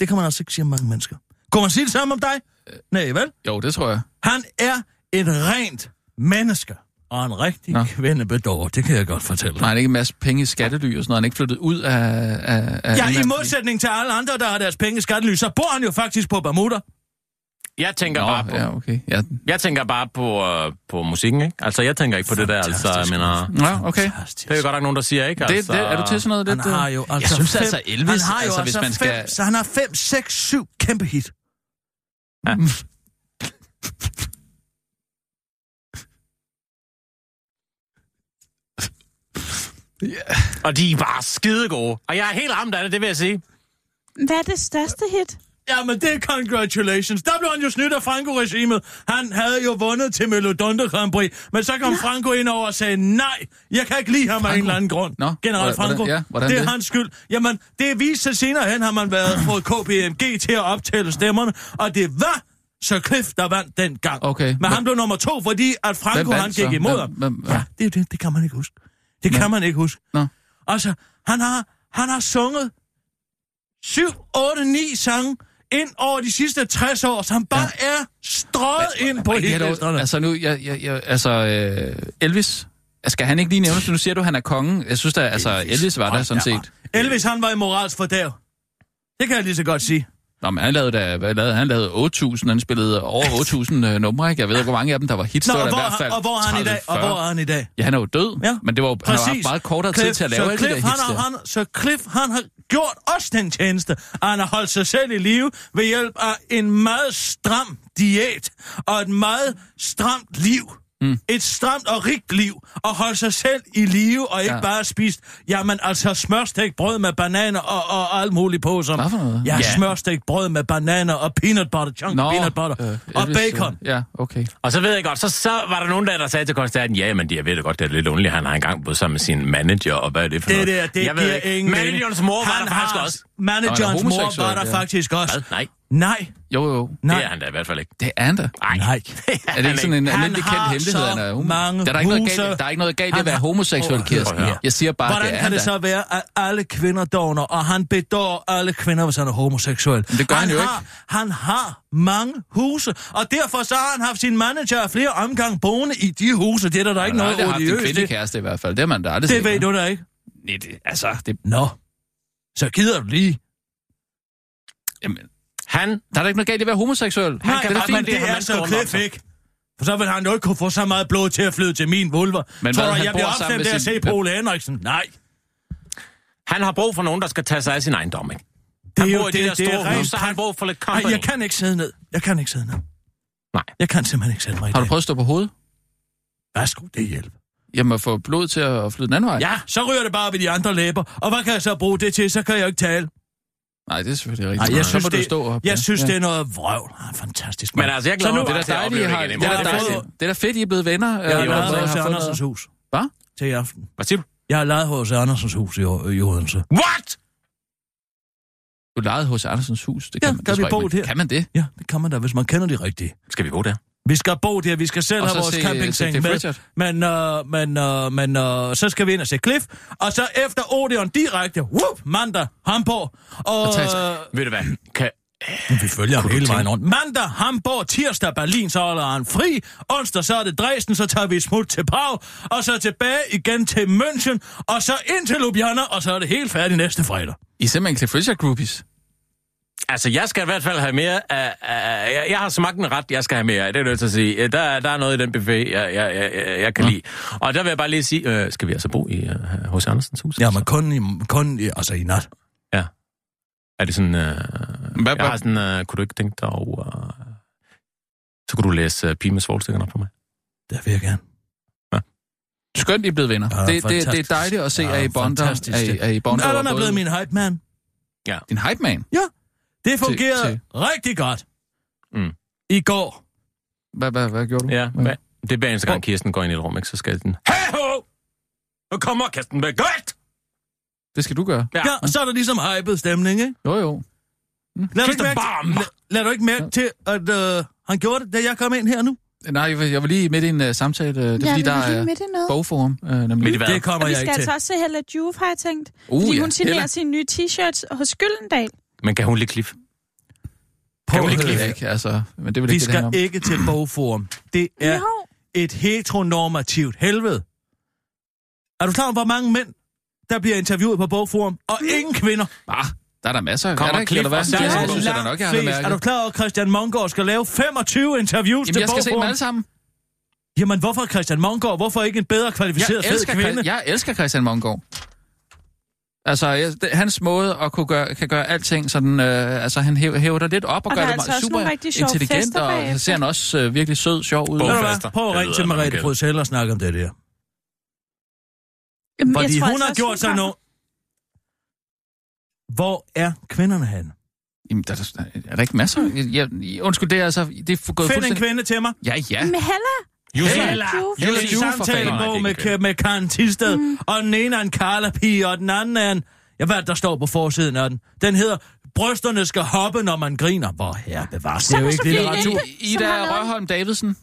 Speaker 6: Det kan man altså ikke sige om mange mennesker. Kunne man sige det samme om dig?
Speaker 4: Øh.
Speaker 6: Nej, vel?
Speaker 4: Jo, det tror jeg.
Speaker 6: Han er et rent menneske. Og en rigtig
Speaker 4: Nå.
Speaker 6: kvindebedårer, det kan jeg godt fortælle
Speaker 4: Nej,
Speaker 6: dig.
Speaker 4: han ikke en masse penge i skattely og sådan noget. Han er ikke flyttet ud af... af, af
Speaker 6: Ja, i
Speaker 4: England.
Speaker 6: modsætning til alle andre, der har deres penge i skattelys, så bor han jo faktisk på Bermuda.
Speaker 7: Jeg tænker
Speaker 4: Nå,
Speaker 7: bare på...
Speaker 4: ja, okay. Ja,
Speaker 7: Jeg tænker bare på, øh, på musikken, ikke? Altså, jeg tænker ikke på det der, altså, jeg mener...
Speaker 4: Nå, okay.
Speaker 7: Det er jo godt nok nogen, der siger, ikke?
Speaker 4: Det,
Speaker 7: Altså,
Speaker 4: det, er du til sådan noget?
Speaker 6: Han
Speaker 4: lidt, øh?
Speaker 6: har jo altså
Speaker 4: synes
Speaker 6: fem,
Speaker 4: altså, Elvis,
Speaker 6: han har jo
Speaker 4: altså,
Speaker 6: altså,
Speaker 4: hvis
Speaker 6: fem,
Speaker 4: man skal-
Speaker 6: så han har 5, 6, 7 kæmpe hit.
Speaker 7: Og de er bare skide gode. Og jeg er helt ramt af det, det vil jeg sige.
Speaker 5: Hvad er det største hit?
Speaker 6: Ja, men det er congratulations. Der blev han jo snydt af Franco-regimet. Han havde jo vundet til Melodonte Grand Prix. Men så kom Franco ind over og sagde, nej, jeg kan ikke lide ham af en eller anden grund.
Speaker 4: Nå,
Speaker 6: General
Speaker 4: hvordan-
Speaker 6: Franco.
Speaker 4: ja, hvordan
Speaker 6: det er
Speaker 4: det?
Speaker 6: hans skyld. Jamen, det viste sig senere hen, har man været fået KPMG til at optælle stemmerne. Og det var så Cliff, der vandt den gang.
Speaker 4: Okay,
Speaker 6: Men,
Speaker 4: men-
Speaker 6: han blev nummer to, fordi at Franco,
Speaker 4: vandt
Speaker 6: han
Speaker 4: så?
Speaker 6: gik imod
Speaker 4: Hvem-
Speaker 6: ham.
Speaker 4: hvem-
Speaker 6: Ja, det, er jo det, det kan man ikke huske. Det kan man ikke huske.
Speaker 4: Nå.
Speaker 6: Altså, han har, han har sunget 7, 8, 9 sange ind over de sidste 60 år, som bare ja. er strøget ind på
Speaker 4: Ej, jeg er dog-
Speaker 6: hitlisterne. Altså,
Speaker 4: Altså nu, jeg, jeg, jeg, altså øh, Elvis, skal han ikke lige nævnes? Nu siger du, han er kongen. Jeg synes da, altså Elvis var der sådan set.
Speaker 6: Elvis, han var i moralsk fordærv. Det kan jeg lige så godt sige.
Speaker 4: Nå, men han lavede da, hvad lavede han? han? lavede 8.000, han spillede over 8.000 øh, numre, ikke? Jeg ved ikke, hvor mange af dem, der var hits.
Speaker 6: Nå,
Speaker 4: Det var
Speaker 6: og,
Speaker 4: der
Speaker 6: hvor,
Speaker 4: i hvert fald
Speaker 6: og hvor er han i dag? Og
Speaker 4: 30-40.
Speaker 6: hvor er han i dag?
Speaker 4: Ja, han er jo død,
Speaker 6: Ja,
Speaker 4: ja, men det var, han har
Speaker 6: Præcis.
Speaker 4: haft meget kortere tid til at lave
Speaker 6: så
Speaker 4: alle de
Speaker 6: Cliff,
Speaker 4: der hits
Speaker 6: han
Speaker 4: der.
Speaker 6: har, han, Så Cliff, han har gjort også den tjeneste, at han har holdt sig selv i live ved hjælp af en meget stram diæt og et meget stramt liv. Mm. Et stramt og rigt liv, og holde sig selv i live, og ikke
Speaker 4: Ja.
Speaker 6: ja. bare spist, jamen altså smørstegt brød med bananer og, og alt muligt på som.
Speaker 4: Hvad for noget?
Speaker 6: Ja,
Speaker 7: Ja.
Speaker 6: ja. smørstegt brød med bananer og peanut butter, chunk Nå, peanut butter, øh, og
Speaker 4: Elvis,
Speaker 6: bacon.
Speaker 4: øh, Ja, okay.
Speaker 7: Og så ved jeg godt, så, så var der nogen der, der sagde til koncerten, ja, men jeg ved da godt, det er lidt underligt, han har engang boet sammen med sin manager, og hvad er det for
Speaker 6: Det
Speaker 7: noget?
Speaker 6: der, det giver
Speaker 7: jeg ved ikke.
Speaker 6: ingen
Speaker 7: Managerens mor var der faktisk også.
Speaker 4: Nå, han
Speaker 6: Managerens
Speaker 4: er
Speaker 6: mor
Speaker 4: homoseksuel,
Speaker 6: var der
Speaker 4: ja.
Speaker 6: faktisk også.
Speaker 7: Hvad? Nej,
Speaker 6: Nej,
Speaker 4: Jo, jo.
Speaker 6: nej.
Speaker 7: det er han da i hvert fald ikke.
Speaker 4: Det er han da.
Speaker 7: Nej.
Speaker 6: Nej.
Speaker 4: Er det ikke sådan en
Speaker 6: Han
Speaker 4: almindelig kendt
Speaker 6: har
Speaker 4: hemmelighed,
Speaker 6: så
Speaker 4: han er homo?
Speaker 6: mange
Speaker 4: der, er der, ikke noget
Speaker 6: muser.
Speaker 4: galt, der er ikke noget galt i at
Speaker 6: Han
Speaker 4: være
Speaker 6: har-
Speaker 4: homoseksuel,
Speaker 6: Åh, hør,
Speaker 4: Kirsten.
Speaker 7: hør.
Speaker 4: Jeg siger bare,
Speaker 6: Hvordan
Speaker 4: det er
Speaker 6: kan
Speaker 4: han
Speaker 6: det
Speaker 4: da.
Speaker 6: så være, at alle kvinder dogner, og han bedår alle kvinder, hvis han er homoseksuel?
Speaker 4: Men det gør han jo
Speaker 6: har,
Speaker 4: ikke.
Speaker 6: Han har mange huse, og derfor så har han haft sin manager af flere omgang boende i de huse. Det er der, der ikke
Speaker 4: Han har
Speaker 6: noget
Speaker 4: aldrig haft en
Speaker 6: odiøst. Det,
Speaker 4: kvindekæreste i hvert fald. Det har man da aldrig
Speaker 6: det
Speaker 4: set.
Speaker 6: ved du da ikke.
Speaker 4: Nej, det, altså, det,
Speaker 6: Nå, så gider du lige.
Speaker 4: jamen,
Speaker 7: Han,
Speaker 4: der er da ikke noget galt i at være homoseksuel.
Speaker 6: Nej,
Speaker 4: det er da
Speaker 6: men
Speaker 4: fint.
Speaker 6: det,
Speaker 7: har
Speaker 6: er
Speaker 7: man
Speaker 6: så
Speaker 7: stået
Speaker 6: klip
Speaker 7: nok
Speaker 6: ikke. For så vil han jo ikke kunne få så meget blod til at flyde til min vulva.
Speaker 4: Men
Speaker 6: Men Tror
Speaker 4: hvad,
Speaker 6: du,
Speaker 4: han
Speaker 6: jeg bliver
Speaker 4: bor sammen
Speaker 6: opstemt
Speaker 4: med
Speaker 6: af at
Speaker 4: sin-
Speaker 6: se på Ole Henriksen? Nej.
Speaker 7: han har brug for nogen, der skal tage sig af sin ejendom, ikke?
Speaker 6: Det
Speaker 7: Han
Speaker 6: er
Speaker 7: bor
Speaker 6: jo
Speaker 7: i de der
Speaker 6: det, det
Speaker 7: store
Speaker 6: er
Speaker 7: hus, så
Speaker 6: rent
Speaker 7: han har brug for lidt
Speaker 6: Nej,
Speaker 7: company.
Speaker 6: jeg kan ikke sidde ned. Jeg kan ikke sidde ned.
Speaker 7: Nej.
Speaker 6: Jeg kan simpelthen ikke sidde mig i
Speaker 4: Har du
Speaker 6: dag.
Speaker 4: prøvet at stå på hovedet?
Speaker 6: Værsgo, det hjælper.
Speaker 4: Jamen, at få blod til at flyde den anden vej?
Speaker 6: Ja, så ryger det bare ved de andre læber. Og hvad kan jeg så bruge det til? Så kan jeg ikke tale.
Speaker 4: Nej, det er selvfølgelig
Speaker 6: Nej,
Speaker 4: rigtigt.
Speaker 6: jeg
Speaker 4: Så
Speaker 6: synes,
Speaker 4: må du
Speaker 6: det,
Speaker 4: stå op.
Speaker 6: jeg
Speaker 4: ja.
Speaker 6: synes
Speaker 4: ja.
Speaker 6: det er noget vrøvl. Han er fantastisk.
Speaker 7: Men
Speaker 6: mand.
Speaker 7: altså, jeg
Speaker 6: Så
Speaker 7: glæder
Speaker 6: nu-
Speaker 7: mig bare
Speaker 4: Det
Speaker 7: til
Speaker 4: er da
Speaker 7: at
Speaker 4: dejligt, I
Speaker 7: opleve
Speaker 4: har,
Speaker 7: det igen.
Speaker 4: det er
Speaker 7: i
Speaker 6: Jeg
Speaker 4: da
Speaker 7: morgen.
Speaker 6: har
Speaker 4: dejligt.
Speaker 6: fået-
Speaker 4: Det er da fedt, I er blevet venner. øh,
Speaker 6: Jeg har
Speaker 4: og så
Speaker 6: lejet
Speaker 4: har
Speaker 6: hos
Speaker 4: fået
Speaker 6: Andersens
Speaker 4: noget-
Speaker 6: hus
Speaker 4: Hvad?
Speaker 6: til i aften.
Speaker 7: Hvad siger du?
Speaker 6: Jeg har lejet hos Andersens hus i, i Odense.
Speaker 7: What?
Speaker 4: Du lejede hos Andersens hus. Det
Speaker 6: Ja,
Speaker 4: kan man,
Speaker 6: kan
Speaker 4: det
Speaker 6: vi
Speaker 4: tror jeg ikke,
Speaker 6: bo
Speaker 4: man-
Speaker 6: der?
Speaker 4: Kan man det?
Speaker 6: Ja, det kan man da, hvis man kender de rigtige.
Speaker 7: Skal vi gå der?
Speaker 6: Vi skal bo der, vi skal selv
Speaker 4: Og
Speaker 6: have
Speaker 4: så
Speaker 6: vores
Speaker 4: se- øh, se
Speaker 6: campingseng
Speaker 4: Cliff
Speaker 6: med.
Speaker 4: Richard.
Speaker 6: Men, øh, men, øh, men øh, så skal vi ind og se Cliff. Og så efter Odeon direkte, whoop, mandag, Hamburg. Og,
Speaker 4: Fantastisk.
Speaker 7: Ved du hvad? Kan...
Speaker 6: øh, vi følger ham
Speaker 7: du
Speaker 6: hele
Speaker 7: tænke-
Speaker 6: vejen rundt. Mandag, Hamburg, tirsdag, Berlin, så holder han fri. Onsdag, så er det Dresden, så tager vi et smut til Prag. Og så tilbage igen til München. Og så ind til Ljubljana, og så er det helt færdigt næste fredag.
Speaker 4: I er simpelthen Cliff Richard groupies.
Speaker 7: Altså, jeg skal i hvert fald have mere af... af jeg, jeg har smagt en ret, jeg skal have mere af. Det er jeg nødt til at sige. Øh, Der, er- der er noget i den buffet, jeg, jeg, jeg, jeg, jeg kan lide. Og der vil jeg bare lige sige, øh, skal vi altså bo i øh, hos Andersens hus?
Speaker 6: Ja, men kun i, kun i, altså i nat.
Speaker 7: Er det sådan... Øh,
Speaker 4: Hvad-
Speaker 7: jeg har sådan... Øh, kunne du ikke tænke dig over... Øh, så kunne du læse øh, Pigen med svovlstikkerne op for mig.
Speaker 6: Der vil jeg gerne.
Speaker 4: Skønt, I er blevet venner.
Speaker 6: Ja,
Speaker 4: det, det, det, er
Speaker 6: fantastisk.
Speaker 4: dejligt at se,
Speaker 6: Ja,
Speaker 4: at I bonder.
Speaker 6: fantastisk.
Speaker 4: At I, at I
Speaker 6: Nå,
Speaker 4: bonder over
Speaker 6: den er
Speaker 4: både-
Speaker 6: blevet min hype, man.
Speaker 4: Din hype man.
Speaker 6: Det fungerede
Speaker 4: til-
Speaker 6: rigtig godt.
Speaker 7: Mm.
Speaker 6: I går.
Speaker 4: Hvad, hvad, hvad gjorde du?
Speaker 7: Ja,
Speaker 4: Hvad?
Speaker 7: hvad? det er hver eneste gang, Kirsten går ind i et rum, ikke? Så skal den... Hey ho! Nu kommer Kirsten med godt!
Speaker 4: Det skal du gøre.
Speaker 7: Ja.
Speaker 6: Ja, og så er der ligesom hypet stemning, ikke?
Speaker 4: Jo, jo.
Speaker 6: Lad du
Speaker 7: Kirsten
Speaker 6: ikke mærke,
Speaker 7: Baum!
Speaker 6: la, lad du ikke mærke til, at øh, han gjorde det, da jeg kom ind her nu?
Speaker 4: Nej, jeg var, jeg var lige midt i en uh, samtale. Uh, det er
Speaker 5: Ja,
Speaker 4: fordi,
Speaker 5: vi
Speaker 4: der
Speaker 5: var lige
Speaker 4: er
Speaker 5: midt i noget.
Speaker 4: bogforum. Uh, nemlig.
Speaker 7: Midt i hvad?
Speaker 6: Det kommer
Speaker 5: Og vi
Speaker 6: jeg
Speaker 5: skal
Speaker 6: ikke til.
Speaker 5: altså også se Hella Juve, har jeg tænkt.
Speaker 4: Uh,
Speaker 5: Fordi
Speaker 4: ja.
Speaker 5: hun signerer
Speaker 4: Hella.
Speaker 5: sine nye t-shirts hos Gyldendal.
Speaker 7: Men kan hun lige kliffe?
Speaker 4: Kan
Speaker 7: Kan
Speaker 4: vi
Speaker 7: vi
Speaker 4: ikke,
Speaker 7: ikke
Speaker 4: lide, ikke? Altså, men det vil
Speaker 6: Vi
Speaker 4: ikke det, det handler
Speaker 6: skal
Speaker 4: om.
Speaker 6: ikke til bogforum. Det er
Speaker 5: Jo.
Speaker 6: et heteronormativt helvede. Er du klar over, hvor mange mænd, der bliver interviewet på bogforum, og ingen kvinder?
Speaker 4: Ah, der er der masser.
Speaker 7: Kommer
Speaker 4: er der
Speaker 7: klip
Speaker 4: eller hvad?
Speaker 7: og særlig-
Speaker 4: Ja, jeg
Speaker 7: Langt
Speaker 4: synes, jeg der nok, jeg har det
Speaker 6: flest.
Speaker 4: mærket.
Speaker 6: Er du klar over, at Christian Mongård skal lave 25 interviews
Speaker 4: Jamen,
Speaker 6: til
Speaker 4: jeg skal se dem
Speaker 6: bogforum?
Speaker 4: alle sammen.
Speaker 6: Jamen, hvorfor Christian Mongård? Hvorfor ikke en bedre kvalificeret
Speaker 4: Jeg
Speaker 6: fed
Speaker 4: elsker,
Speaker 6: kvinde?
Speaker 4: Christ- jeg elsker Christian Mongård. Altså, jeg, det, hans måde at kunne gøre, kan gøre alting sådan, øh, altså han hæv, hæver dig lidt op og,
Speaker 5: Og
Speaker 4: gør
Speaker 5: der
Speaker 4: det
Speaker 5: er altså
Speaker 4: meget
Speaker 5: også nogle
Speaker 4: super
Speaker 5: rigtig sjove
Speaker 4: intelligent,
Speaker 5: fester
Speaker 4: og så
Speaker 5: bagefter.
Speaker 4: ser han også øh, virkelig sød, sjov ud.
Speaker 7: Åh,
Speaker 6: Ved
Speaker 4: Oh.
Speaker 6: du
Speaker 7: Fester.
Speaker 6: hvad? Prøv at
Speaker 7: Det
Speaker 6: ringe
Speaker 7: lyder
Speaker 6: til Merete
Speaker 7: meget
Speaker 6: Bruxelles og snakke om det der.
Speaker 5: Jamen, jeg
Speaker 6: Fordi
Speaker 5: tror
Speaker 6: hun
Speaker 5: altså
Speaker 6: har
Speaker 5: også,
Speaker 6: gjort sig
Speaker 5: kommer.
Speaker 6: noget. Hvor er kvinderne henne?
Speaker 4: Jamen, der, er der, er der ikke masser? Jeg, jeg, undskyld, det er altså... Det er gået
Speaker 6: Find en
Speaker 4: fuldstændig...
Speaker 6: kvinde til mig.
Speaker 4: Ja, ja.
Speaker 5: Med Hella? Hella Juf.
Speaker 4: Hella
Speaker 6: En
Speaker 4: Juf, for fanden.
Speaker 7: Nej, det er
Speaker 6: samtalebog med,
Speaker 7: ikke en kvinde.
Speaker 6: Ka- med Karen Tisted, mm. og den ene er en Karla-pige, og den anden er en... Jeg ved, der står på forsiden af den. Den hedder, brysterne skal hoppe, når man griner. Hvor herre bevares. Det er jo
Speaker 5: Så
Speaker 6: ikke
Speaker 5: måske
Speaker 6: litteratur.
Speaker 5: ikke. Som
Speaker 4: Ida
Speaker 5: har lavet-
Speaker 4: Rørholm Davidsen. Mm.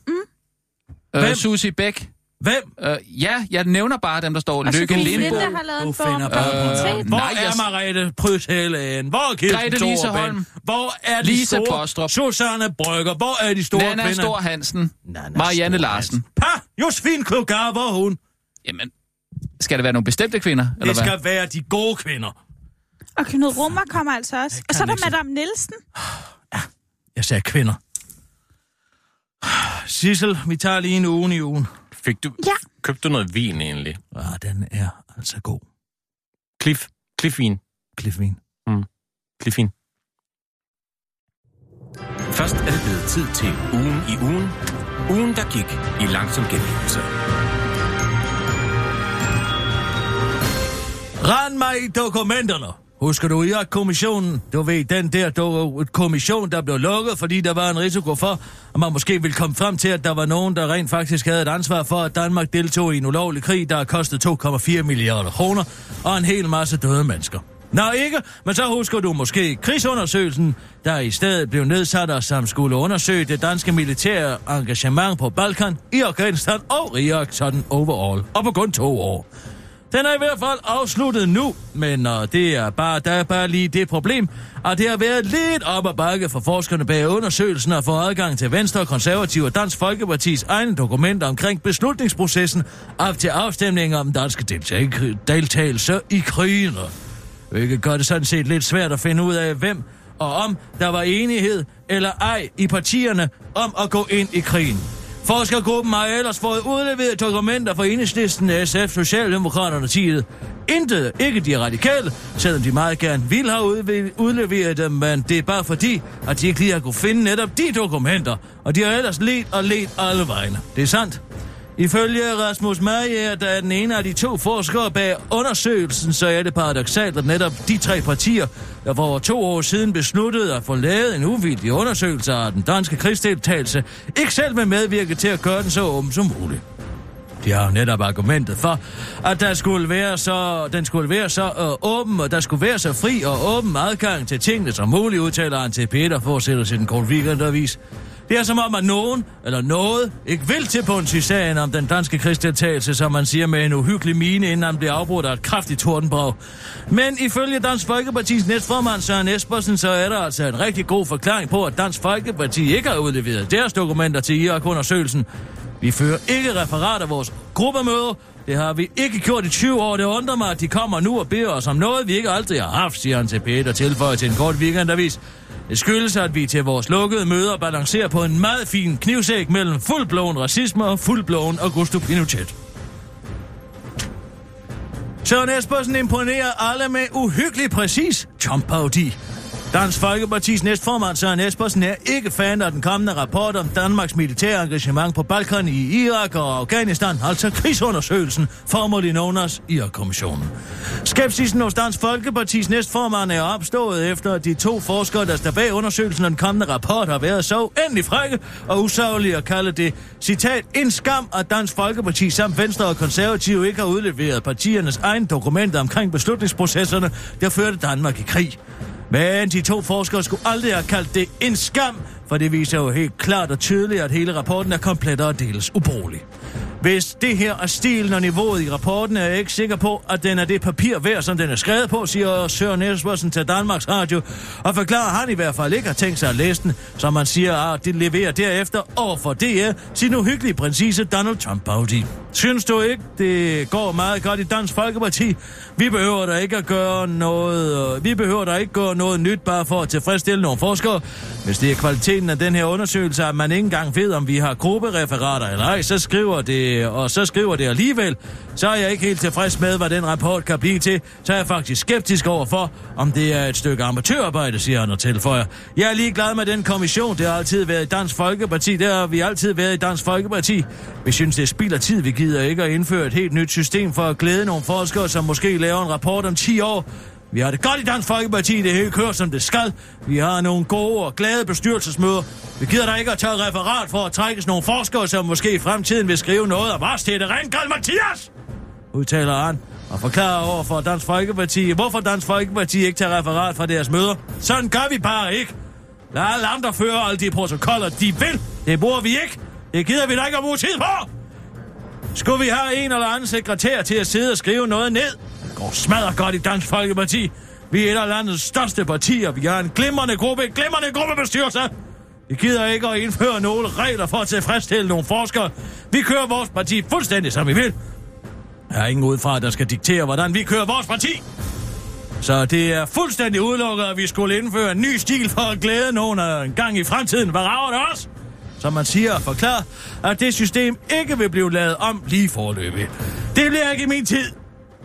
Speaker 4: Øh,
Speaker 6: Hvem?
Speaker 4: Susie Bæk.
Speaker 6: Hvem?
Speaker 4: Øh, ja, jeg nævner bare dem, der står.
Speaker 5: Og
Speaker 4: Lykke
Speaker 5: Sofie
Speaker 4: Lindbo.
Speaker 5: Linde har lavet
Speaker 6: Du
Speaker 5: en form
Speaker 6: finder
Speaker 5: for
Speaker 6: bare på
Speaker 5: identitet.
Speaker 6: noget. Hvor
Speaker 4: Nej,
Speaker 6: er
Speaker 4: jeg-
Speaker 6: Mariette Prys Helen? Hvor er Kirsten
Speaker 4: Grete Lise
Speaker 6: Thorben?
Speaker 4: Holm.
Speaker 6: Hvor er de
Speaker 4: Lisa
Speaker 6: store?
Speaker 4: Bostrup.
Speaker 6: Susanne Brygger. Hvor er de store
Speaker 4: Nana
Speaker 6: kvinder?
Speaker 4: Stor Hansen.
Speaker 6: Nana
Speaker 4: Marianne
Speaker 6: Stor
Speaker 4: Larsen.
Speaker 6: Pa! Josefine Klugar, hvor er hun?
Speaker 4: Jamen, skal det være nogle bestemte kvinder? Eller
Speaker 6: Det
Speaker 4: hvad?
Speaker 6: skal være de gode kvinder.
Speaker 5: Og Knud Rummer kommer altså også. Og så er der
Speaker 6: ikke se-
Speaker 5: Madame Nielsen.
Speaker 6: Jeg sagde kvinder. Sissel, vi tager lige en uge i ugen.
Speaker 7: Fik du,
Speaker 5: Ja.
Speaker 7: Købte du noget vin egentlig?
Speaker 6: Ah, den er altså god.
Speaker 7: Cliff, Cliffvin.
Speaker 6: Cliffvin.
Speaker 7: Cliffvin. Først er det blevet tid til ugen i ugen Ugen, der gik i langsom genlevelse.
Speaker 6: Rand mig i dokumenterne. Husker du Irak-kommissionen? Du ved, den der do- kommission, der blev lukket, fordi der var en risiko for, at man måske ville komme frem til, at der var nogen, der rent faktisk havde et ansvar for, at Danmark deltog i en ulovlig krig, der har kostet 2,4 milliarder kroner og en hel masse døde mennesker. Nå ikke, men så husker du måske krigsundersøgelsen, der i stedet blev nedsat og som skulle undersøge det danske militære engagement på Balkan, i Afghanistan og Irak sådan overall, og på kun to år. Den er i hvert fald afsluttet nu, men uh, det er bare, der er bare lige det problem, at det har været lidt op ad bakke for forskerne bag undersøgelsen at få adgang til Venstre, Konservative og Dansk Folkepartis egne dokumenter omkring beslutningsprocessen op til afstemningen om danske deltag- deltagelse i krigene. Hvilket gør det sådan set lidt svært at finde ud af, hvem og om der var enighed eller ej i partierne om at gå ind i krigen. Forskergruppen har ellers fået udleveret dokumenter fra enhedslisten SF, Socialdemokraterne og Tiet. Intet, ikke de radikale, selvom de meget gerne vil have udve- udleveret dem, men det er bare fordi, at de ikke lige har kunne finde netop de dokumenter, og de har ellers let og let alle vegne. Det er sandt. Ifølge Rasmus Marier, der er den ene af de to forskere bag undersøgelsen, så er det paradoxalt, at netop de tre partier, der for over to år siden besluttede at få lavet en uvildig undersøgelse af den danske krigsdeltagelse, ikke selv vil medvirke til at gøre den så åben som muligt. De har jo netop argumentet for, at der skulle være så, den skulle være så øh, åben, og der skulle være så fri og åben adgang til tingene som muligt, udtaler han til Peter, fortsætter sin Kort Weekendavis. Det er som om, at nogen eller noget ikke vil til bunds i sagen om den danske krigsdeltagelse, som man siger med en uhyggelig mine, inden han bliver afbrudt af et kraftigt tordenbrag. Men ifølge Dansk Folkepartis næstformand Søren Espersen, så er der altså en rigtig god forklaring på, at Dansk Folkeparti ikke har udleveret deres dokumenter til Irak-undersøgelsen. Vi fører ikke referat af vores gruppemøder. Det har vi ikke gjort i 20 år. Det undrer mig, at de kommer nu og beder os om noget, vi ikke aldrig har haft, siger han til Peter tilføjer til en kort weekendavis. Det skyldes, at vi til vores lukkede møder balancerer på en meget fin knivsæk mellem fuldblåen racisme og fuldblåen Augusto Pinochet. Søren Espersen imponerer alle med uhyggelig præcis Trump-parodi. Dansk Folkepartis næstformand Søren Espersen er ikke fan af den kommende rapport om Danmarks militære engagement på Balkan i Irak og Afghanistan, altså krigsundersøgelsen, formål i Nonas Irak-kommissionen. Skepsisen hos Dansk Folkepartis næstformand er opstået efter, at de to forskere, der står bag undersøgelsen af den kommende rapport, har været så endelig frække og usaglige at kalde det, citat, en skam, at Dansk Folkeparti samt Venstre og Konservative ikke har udleveret partiernes egne dokumenter omkring beslutningsprocesserne, der førte Danmark i krig. Men de to forskere skulle aldrig have kaldt det en skam, for det viser jo helt klart og tydeligt, at hele rapporten er komplet og deles ubrugelig. Hvis det her er stilen og niveauet i rapporten, er jeg ikke sikker på, at den er det papir værd, som den er skrevet på, siger Søren Espersen til Danmarks Radio, og forklarer, at han i hvert fald ikke har tænkt sig at læse den, som man siger, at det leverer derefter over for DR sin uhyggelige præcise Donald trump parodi Synes du ikke, det går meget godt i Dansk Folkeparti? Vi behøver da ikke at gøre noget, øh, vi behøver da ikke gøre noget nyt bare for at tilfredsstille nogle forskere. Hvis det er kvaliteten af den her undersøgelse, at man ikke engang ved, om vi har gruppereferater eller ej, så skriver det, og så skriver det alligevel, så er jeg ikke helt tilfreds med, hvad den rapport kan blive til. Så er jeg faktisk skeptisk overfor, om det er et stykke amatørarbejde, siger han og tilføjer. Jeg er ligeglad med den kommission, det har altid været i Dansk Folkeparti, det har vi altid været i Dansk Folkeparti. Vi synes, det spilder tid, vi gider ikke at indføre et helt nyt system for at glæde nogle forskere, som måske laver en rapport om 10 år. Vi har det godt i Dansk Folkeparti, det hele kører som det skal. Vi har nogle gode og glade bestyrelsesmøder. Vi gider da ikke at tage referat for at trækkes nogle forskere, som måske i fremtiden vil skrive noget om os. Det er det rent Mathias! udtaler han og forklarer over for Dansk Folkeparti, hvorfor Dansk Folkeparti ikke tager referat fra deres møder. Sådan gør vi bare ikke. Lad alle andre føre alle de protokoller, de vil. Det bruger vi ikke. Det gider vi da ikke at bruge tid på. Skulle vi have en eller anden sekretær til at sidde og skrive noget ned? Det går smadret godt i Dansk Folkeparti. Vi er et af landets største partier. Vi har en glimrende gruppe, en glimrende gruppebestyrelse. Vi gider ikke at indføre nogle regler for at tilfredsstille nogle forskere. Vi kører vores parti fuldstændig, som vi vil. Der er ingen udefra, der skal diktere, hvordan vi kører vores parti. Så det er fuldstændig udelukket, at vi skulle indføre en ny stil for at glæde nogen af en gang i fremtiden. Hvad rager det os? Som man siger og forklarer, at det system ikke vil blive lavet om lige forløbig. Det bliver ikke i min tid.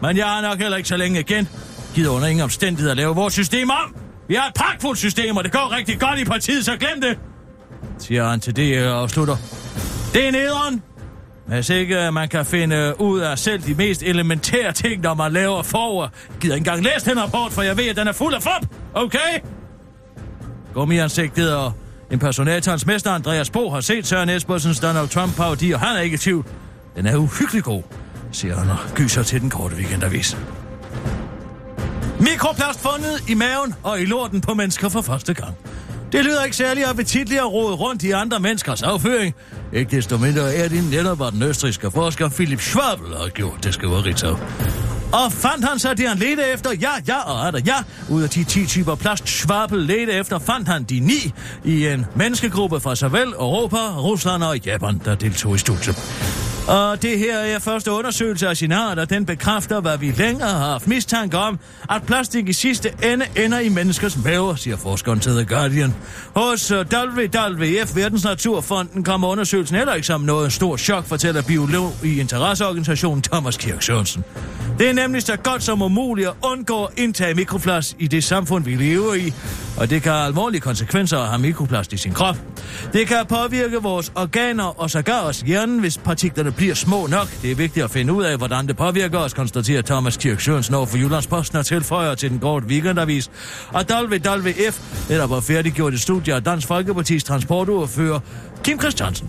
Speaker 6: Men jeg har nok heller ikke så længe igen. Gider under ingen omstændigheder at lave vores system om. Vi har et pragtfuldt system, og det går rigtig godt i partiet, så glem det. Siger han til det og slutter. Det er nederen. Hvis ikke øh, man kan finde ud af selv de mest elementære ting, når man laver forår, gider ikke engang læse den rapport, for jeg ved, at den er fuld af fup. Okay? Gummiansigtet og impersonatorens mester Andreas Bo har set Søren Espersens Donald Trump-parodi, og han er ikke i tvivl. Den er uhyggelig god, siger han og gyser til den korte weekendavis. Mikroplast fundet i maven og i lorten på mennesker for første gang. Det lyder ikke særlig appetitligt at rode rundt i andre menneskers afføring. Ikke desto mindre er det netop, hvad den østrigske forsker Philip Schwabel har gjort, det skriver Ritzau. Og fandt han så det, han ledte efter? Ja, ja og er der ja. Ud af de 10 typer plast, Schwabel ledte efter, fandt han de ni i en menneskegruppe fra såvel Europa, Rusland og Japan, der deltog i studiet. Og det her er første undersøgelse af signaler, og den bekræfter, hvad vi længere har haft mistanke om, at plastik i sidste ende ender i menneskers maver, siger forskeren til The Guardian. Hos øh, WWF, Verdensnaturfonden, kommer undersøgelsen heller ikke som noget stort chok, fortæller biolog i interesseorganisationen Thomas Kirk Sørensen. Det er nemlig så godt som umuligt at undgå at indtage mikroplast i det samfund, vi lever i, og det kan have alvorlige konsekvenser at have mikroplast i sin krop. Det kan påvirke vores organer og sågar også hjernen, hvis partiklerne bliver små nok. Det er vigtigt at finde ud af, hvordan det påvirker os, konstaterer Thomas Kirk Sørensen over for Jyllandsposten og tilføjer til den korte weekendavis. Og WWF netop har færdiggjort et studie af Dansk Folkeparti's transportordfører Kim Christiansen.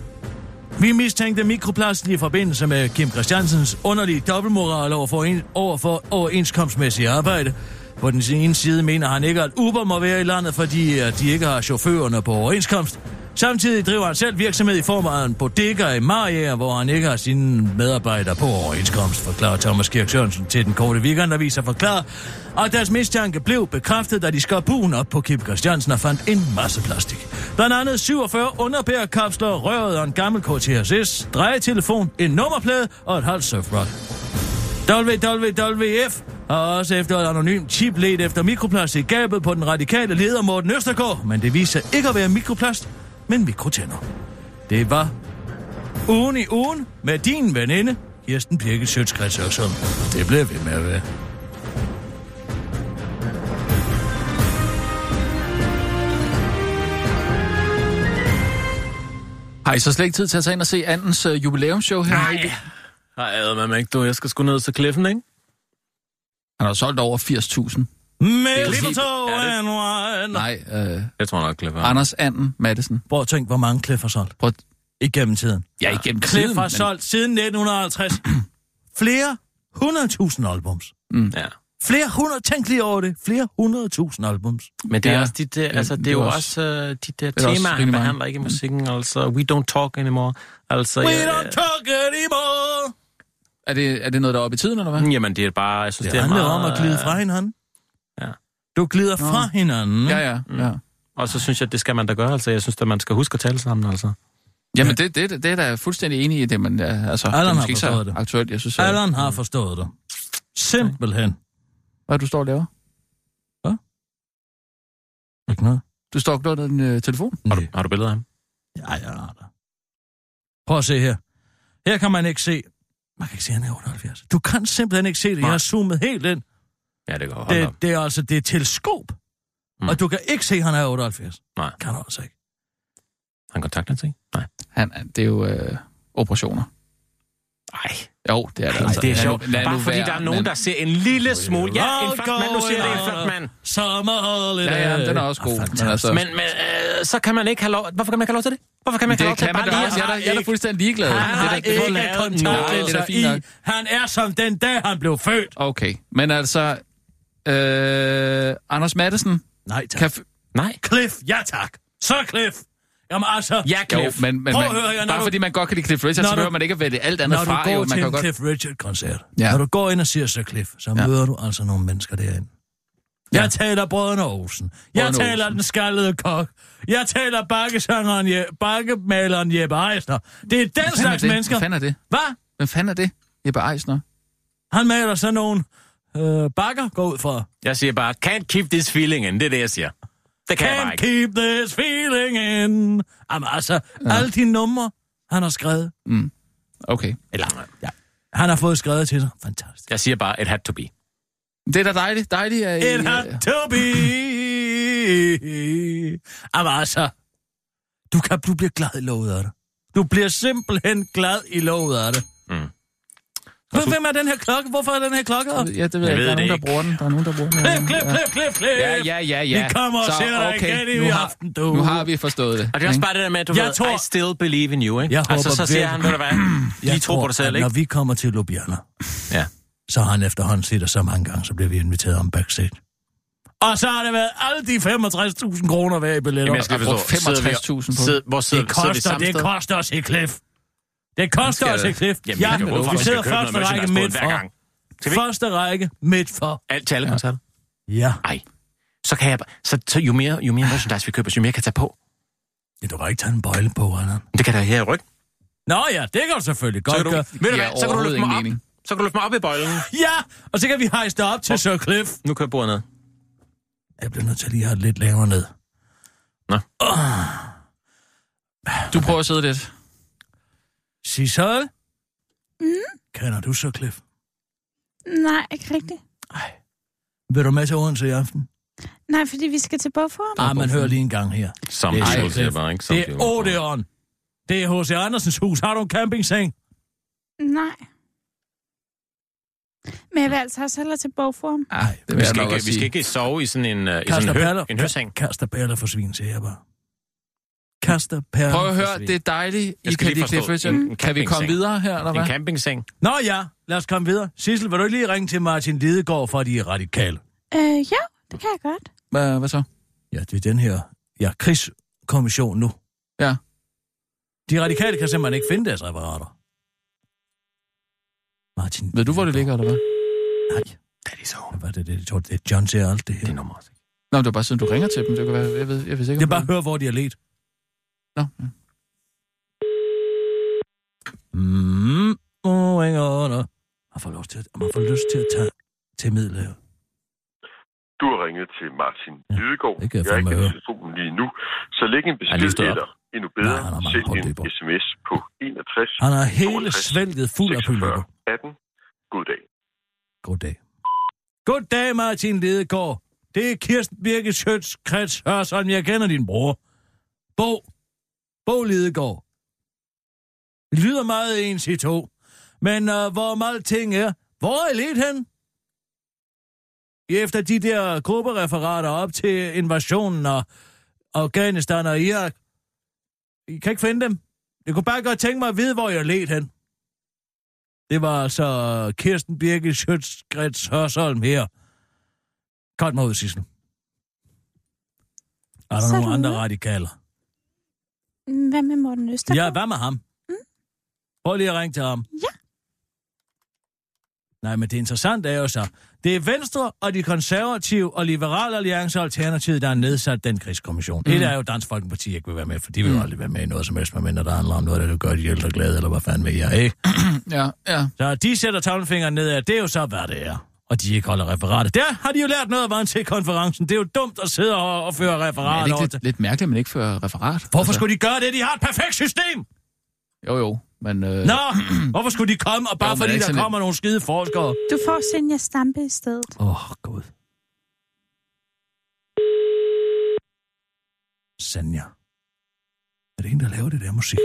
Speaker 6: Vi mistænkte mikroplast i forbindelse med Kim Christiansens underlige dobbeltmoral over for, en, over for overenskomstmæssige arbejde. På den ene side mener han ikke, at Uber må være i landet, fordi at de ikke har chaufførerne på overenskomst. Samtidig driver han selv virksomhed i form af en bodega i Maria, hvor han ikke har sine medarbejdere på overenskomst, forklarer Thomas Kirk Sørensen til den korte weekendavis og forklarer, at deres mistanke blev bekræftet, da de skar buen op på Kim Christiansen og fandt en masse plastik. Blandt andet 47 underbærkapsler, røret og en gammel KTSS, drejetelefon, en nummerplade og et halvt surfbrot. WWF har også efter et anonymt chip let efter mikroplast i gabet på den radikale leder Morten Østergaard, men det viser sig ikke at være mikroplast, men mikrotænder. Det var ugen i ugen med din veninde, Kirsten Birke Sjøtskrets og sådan. Det blev ved med at være.
Speaker 4: Har I så slet ikke tid til at tage ind og se Andens øh, jubilæumsshow her?
Speaker 7: Nej. Nej, æder man ikke, du. Jeg skal sgu ned til kliffen, ikke?
Speaker 4: Han har solgt over 80.000.
Speaker 6: Mistletoe
Speaker 7: er det-
Speaker 6: and wine.
Speaker 4: Nej, øh,
Speaker 7: Jeg tror nok, kliffen.
Speaker 4: Anders Anden Madsen.
Speaker 6: Prøv at tænke, hvor mange klip har solgt
Speaker 4: Prøv at...
Speaker 6: igennem tiden.
Speaker 4: Ja, igennem
Speaker 6: Klip
Speaker 4: tiden,
Speaker 6: har
Speaker 4: men-
Speaker 6: solgt siden 1950 flere 100.000 albums.
Speaker 7: Ja.
Speaker 6: Flere hundrede, tænk lige over det, flere hundredtusind albums.
Speaker 7: Men det er
Speaker 4: Ja.
Speaker 7: også de der, altså, det er jo også øh, de der
Speaker 4: er også
Speaker 7: temaer, han
Speaker 4: rimelig
Speaker 7: behandler
Speaker 4: mange.
Speaker 7: ikke i musikken, altså We Don't Talk Anymore, altså...
Speaker 6: We
Speaker 7: ja,
Speaker 6: don't talk anymore!
Speaker 4: Er det, er det noget, der er oppe i tiden, eller hvad?
Speaker 7: ja. Mm, Jamen, det er bare, jeg
Speaker 6: Det,
Speaker 7: synes, det,
Speaker 6: det
Speaker 7: er
Speaker 6: handler
Speaker 7: meget...
Speaker 6: om at glide
Speaker 7: øh,
Speaker 6: fra hinanden.
Speaker 7: Ja.
Speaker 6: Du glider fra hinanden.
Speaker 7: Mm.
Speaker 4: Ja, ja, ja.
Speaker 7: Og så synes jeg, det skal man da gøre, altså. Jeg synes, at man skal huske at tale sammen, altså.
Speaker 4: Jamen, det, det, det er da fuldstændig enig i det, men ja, altså, det
Speaker 6: Allan
Speaker 4: er
Speaker 6: har
Speaker 4: måske ikke
Speaker 6: forstået
Speaker 4: så
Speaker 6: det.
Speaker 4: aktuelt, jeg synes. øh, at-
Speaker 6: Allan har forstået det. Simpelthen.
Speaker 4: Hvad er det, du står og laver?
Speaker 6: Ikke noget?
Speaker 4: Du står og glor din øh, telefon.
Speaker 7: Har du,
Speaker 6: Nej.
Speaker 7: har du billeder af ham?
Speaker 6: Ja, ja, ja. Prøv at se her. Her kan man ikke se... Man kan ikke se, at han er 78. Du kan simpelthen ikke se det. Jeg har zoomet helt ind.
Speaker 7: Ja, det går. Hold op.
Speaker 6: Det, det er altså det er teleskop. Mm.
Speaker 7: Mm.
Speaker 6: Og du kan ikke se, at han er 78.
Speaker 7: Nej.
Speaker 6: Kan du altså ikke.
Speaker 7: Han kontakter til, ikke? Nej.
Speaker 4: Han, er- det er jo øh, operationer.
Speaker 7: Nej.
Speaker 4: Jo, det er det.
Speaker 7: Nej, det er
Speaker 4: Lad nu-
Speaker 7: sjovt.
Speaker 4: lad nu
Speaker 7: Bare fordi
Speaker 4: være,
Speaker 7: der er nogen,
Speaker 4: men-
Speaker 7: der ser en lille smule... Ja, en
Speaker 6: Out
Speaker 7: flot mand. Nu siger det en flot
Speaker 6: going
Speaker 7: mand.
Speaker 6: Summer holiday.
Speaker 4: Ja, ja, den er også god.
Speaker 6: Ah,
Speaker 4: men altså,
Speaker 7: Men øh, så kan man ikke have lov... Hvorfor kan man ikke have lov til det? Hvorfor kan man ikke have
Speaker 4: det
Speaker 7: lov til
Speaker 4: kan man
Speaker 7: bare
Speaker 4: da
Speaker 7: lige...
Speaker 4: også. Jeg er, da- jeg er da fuldstændig ligeglad.
Speaker 7: Han
Speaker 4: det
Speaker 7: har
Speaker 4: er da
Speaker 7: ikke fået lavet
Speaker 6: kontaktet
Speaker 4: noget. Det er da
Speaker 6: sig
Speaker 4: fint nok.
Speaker 6: i. Han er som den dag, han blev født.
Speaker 4: Okay, men altså... Øh, Anders Madsen
Speaker 6: Nej, tak.
Speaker 4: kan... f-
Speaker 7: Nej.
Speaker 6: Cliff, ja tak. Så Cliff. Jamen altså,
Speaker 7: Ja,
Speaker 4: Jo,
Speaker 7: Cliff.
Speaker 4: men, men,
Speaker 6: Prøv
Speaker 4: men
Speaker 6: at høre her, når
Speaker 4: bare
Speaker 6: du-
Speaker 4: fordi man godt kan lide Cliff Richard,
Speaker 6: Når
Speaker 4: så
Speaker 6: du-
Speaker 4: behøver man ikke at vælge alt andet
Speaker 6: når du
Speaker 4: fra.
Speaker 6: går
Speaker 4: Jo, man
Speaker 6: til
Speaker 4: kan
Speaker 6: en
Speaker 4: godt...
Speaker 6: Cliff Richard-koncert,
Speaker 4: Ja.
Speaker 6: når du går ind og ser Sir Cliff, så
Speaker 4: Ja.
Speaker 6: møder du altså nogle mennesker derinde. Jeg taler Brødrene Olsen. Jeg
Speaker 4: Brødrene
Speaker 6: taler
Speaker 4: Olsen.
Speaker 6: den skaldede kok. Jeg taler bakkesangeren, Je- bakkemaleren Jeppe Eisner. Det er den
Speaker 4: Hvem fanden er
Speaker 6: slags
Speaker 4: det?
Speaker 6: mennesker.
Speaker 4: Hvem fanden er det?
Speaker 6: Hvad?
Speaker 4: Hvem fanden er det? Jeppe Eisner.
Speaker 6: Han maler sådan nogle øh, bakker, går ud fra.
Speaker 7: Jeg siger bare, can't keep this feeling in. Det er det, jeg siger. Det kan jeg bare
Speaker 6: Can't
Speaker 7: ikke.
Speaker 6: keep this feeling in. Jamen altså, ja. alle de numre, han har skrevet.
Speaker 4: Okay.
Speaker 7: Eller,
Speaker 6: Han har fået skrevet til sig. Fantastisk.
Speaker 7: jeg siger bare, it had to be.
Speaker 4: Det er da dejligt. Dejligt at... I-
Speaker 6: It had to be. Jamen altså, du, kan, du bliver glad i lovet af det. Du bliver simpelthen glad i lovet af det.
Speaker 7: Mm.
Speaker 6: Ved, hvem er den her klokke? Hvorfor er den her klokke? her?
Speaker 4: Ja, det ved jeg, ikke.
Speaker 7: ved
Speaker 4: Der er
Speaker 7: det
Speaker 4: nogen, der
Speaker 7: ikke.
Speaker 4: bruger den. Der er nogen, der bruger den.
Speaker 6: Klip, klip, klip, klip, klip.
Speaker 4: Ja, ja, ja, ja.
Speaker 6: Vi kommer og ser dig igen i
Speaker 4: nu har-
Speaker 6: aften, du.
Speaker 4: Nu har vi forstået det.
Speaker 7: Og det er også
Speaker 4: ikke?
Speaker 7: bare det der med, at du
Speaker 6: Jeg
Speaker 7: ved,
Speaker 6: tror-
Speaker 7: I still believe in you, ikke?
Speaker 6: Jeg
Speaker 7: altså,
Speaker 6: håber
Speaker 7: så siger
Speaker 6: virkelig-
Speaker 7: han, ved du hvad, lige
Speaker 6: Jeg
Speaker 7: tro
Speaker 6: tror,
Speaker 7: på dig selv,
Speaker 6: at
Speaker 7: ikke?
Speaker 6: Når vi kommer til Ljubljana,
Speaker 7: Ja.
Speaker 6: så har han efterhånden set os så mange gange, så bliver vi inviteret om backstage. Og så har det været alle de 65.000 kroner hver i billetter.
Speaker 7: Jamen, jeg skal
Speaker 4: Og brugt
Speaker 7: forstå, sidder vi-
Speaker 4: 65.000 på.
Speaker 7: sidder- Hvor sidder,
Speaker 6: Det
Speaker 7: sidder vi
Speaker 6: koster,
Speaker 7: samme
Speaker 6: det
Speaker 7: sted?
Speaker 6: koster os i klif. Det koster
Speaker 4: Skal
Speaker 6: os
Speaker 4: det?
Speaker 6: i klif.
Speaker 7: Jamen, jeg går ud fra,
Speaker 6: vi
Speaker 7: at
Speaker 6: sidder
Speaker 7: skal købe
Speaker 6: første
Speaker 7: noget
Speaker 6: række
Speaker 7: merchandise
Speaker 6: midt
Speaker 7: hver gang.
Speaker 6: for.
Speaker 7: Skal vi ikke?
Speaker 6: Første række midt for.
Speaker 7: Alt til alle koncerter.
Speaker 6: Ja.
Speaker 7: Ej. Så kan jeg bare- så, så jo mere, jo mere
Speaker 6: Ah.
Speaker 7: merchandise vi køber, så jo mere kan jeg tage på.
Speaker 6: ja. Du kan ikke tage en bøjle på, Anna.
Speaker 7: Men Det kan der her i ryggen.
Speaker 6: Nå ja, det kan du selvfølgelig
Speaker 7: Så
Speaker 6: godt
Speaker 7: kan du,
Speaker 6: gøre.
Speaker 7: ved
Speaker 4: giver
Speaker 7: du hvad, så kan du
Speaker 4: overhovedet
Speaker 7: løfte mig
Speaker 4: ingen
Speaker 7: op.
Speaker 4: mening.
Speaker 7: Så kan du løfte mig op i bøjlen.
Speaker 6: Ja, og så kan vi hejse dig op til Sir Cliff.
Speaker 7: Nu kører bordet ned.
Speaker 6: Jeg bliver nødt til lige at have det lidt længere ned.
Speaker 4: Du prøver at sidde lidt.
Speaker 6: Sissel? Mm? Kender du Sir Cliff?
Speaker 5: Nej, ikke rigtigt.
Speaker 6: Vil du med til Odense i aften?
Speaker 5: Nej, fordi vi skal til Bogforum.
Speaker 6: Ah, man hører lige en gang her.
Speaker 7: Samme
Speaker 6: Det er
Speaker 7: deal,
Speaker 6: Cliff.
Speaker 7: siger jeg bare, ikke? Samme
Speaker 6: Det er
Speaker 7: deal.
Speaker 6: Odeon. Det er H.C. Andersens hus. Har du en campingseng?
Speaker 5: Nej. Men jeg vil altså også hellere til Bogforum.
Speaker 4: Nej, det vil
Speaker 7: Vi
Speaker 4: jeg
Speaker 7: skal,
Speaker 4: nok
Speaker 7: ikke,
Speaker 4: også
Speaker 7: vi skal
Speaker 4: sige.
Speaker 7: ikke sove i sådan en, uh, i sådan
Speaker 6: Kaster
Speaker 7: en, hø,
Speaker 6: perler.
Speaker 7: en høseng.
Speaker 6: Kaster perler for svin, siger jeg bare. Kaster perler
Speaker 4: Prøv at
Speaker 6: for
Speaker 4: høre,
Speaker 6: svin.
Speaker 4: det er dejligt. I
Speaker 7: altså, Jeg skal
Speaker 4: kan
Speaker 7: lige
Speaker 4: lide
Speaker 7: forstå Mm.
Speaker 4: Cliff Richard.
Speaker 7: en- en
Speaker 4: Kan vi komme
Speaker 7: campingseng.
Speaker 4: videre her, eller
Speaker 7: En
Speaker 4: hvad?
Speaker 7: campingseng.
Speaker 6: Nå ja, lad os komme videre. Sissel, vil du ikke lige ringe til Martin Lidegaard, for de er radikale?
Speaker 5: Øh, jo, det kan jeg godt.
Speaker 4: Hvad, hvad så?
Speaker 6: Ja, det er den her ja, krigskommission nu.
Speaker 4: Ja.
Speaker 6: De radikale kan simpelthen ikke finde deres apparater. Martin.
Speaker 4: Ved du, hvor det ligger, eller hvad?
Speaker 6: Nej,
Speaker 7: Det er de så.
Speaker 6: hvad var det, det, jeg tror, det er John ser alt det her.
Speaker 7: Det er
Speaker 6: Det
Speaker 7: nummer også.
Speaker 4: Nå, men det var bare siden, du ringer til dem. Det kan være, jeg ved, jeg ved sikkert.
Speaker 6: er bare at høre, hvor de har let.
Speaker 4: Nå, ja.
Speaker 6: Mm, oh, ringer under. Man får, lov til at, man får lyst til at tage til Middelhavet.
Speaker 8: Du har ringet til Martin Lidegaard.
Speaker 6: det kan jeg
Speaker 8: jeg er
Speaker 6: fandme
Speaker 8: ikke
Speaker 6: høre.
Speaker 8: i telefonen lige nu, så læg en
Speaker 7: Han er lige
Speaker 8: besked
Speaker 7: stået op.
Speaker 8: eller endnu bedre,
Speaker 6: Nej, han har mange
Speaker 8: send en
Speaker 6: påløber.
Speaker 8: sms på 61
Speaker 6: Han er hele
Speaker 8: 62,
Speaker 6: svælget fuld af
Speaker 8: 46
Speaker 6: pølser.
Speaker 8: 18. God dag.
Speaker 6: Goddag. Goddag, Martin Lidegaard. Det er Kirsten Birgit Schøtz, Krets Hørsholm. Jeg kender din bror. Bo. Bo Lidegaard. Det lyder meget ens i to. Men øh, hvor meget ting er. Hvor er lidt hen? Efter de der gruppereferater op til invasionen af Afghanistan og Irak. I kan ikke finde dem. Jeg kunne bare godt tænke mig at vide, hvor jeg let hen. Det var altså Kirsten Birgit Sjøtskrets Hørsholm her. Kom mig ud, Sissel. Er der
Speaker 5: Sådan.
Speaker 6: nogle andre radikaler?
Speaker 5: Mm, Hvad med Morten Østergaard?
Speaker 6: Ja, hvad med ham?
Speaker 4: Mm.
Speaker 6: Prøv lige at ringe til ham.
Speaker 5: Ja.
Speaker 6: Nej, men det interessante er jo så, det er Venstre og de konservative og Liberale Alliance og Alternativet, der har nedsat den krigskommission. Mm. Det der er jo Dansk Folkeparti ikke vil være med, for de vil
Speaker 4: Mm.
Speaker 6: jo aldrig være med i noget som helst, medmindre der handler om noget, der vil gøre de ældre glade, eller hvad fanden ved jeg, ikke?
Speaker 4: Ja, ja.
Speaker 6: Så de sætter tommelfingeren ned af, det er jo så, hvad det er. Og de ikke holder referatet. Der har de jo lært noget af vejen til konferencen. Det er jo dumt at sidde og, og føre
Speaker 4: Men er
Speaker 6: referater
Speaker 4: det Altså-
Speaker 6: over
Speaker 4: ikke
Speaker 6: til.
Speaker 4: lidt, lidt mærkeligt, at man ikke fører referat?
Speaker 6: Hvorfor skulle de gøre det? De har et perfekt system!
Speaker 4: de... Jo, jo, men... Øh,
Speaker 6: Nå, hvorfor skulle de komme, og bare
Speaker 4: Jo,
Speaker 6: jo,
Speaker 4: men er
Speaker 6: fordi
Speaker 4: det ikke
Speaker 6: der
Speaker 4: sådan
Speaker 6: kommer nogle skide forskere?
Speaker 5: Du får Senja Stampe i stedet.
Speaker 6: Åh, oh, Gud. Sanja. Er det hende, der laver det der musik?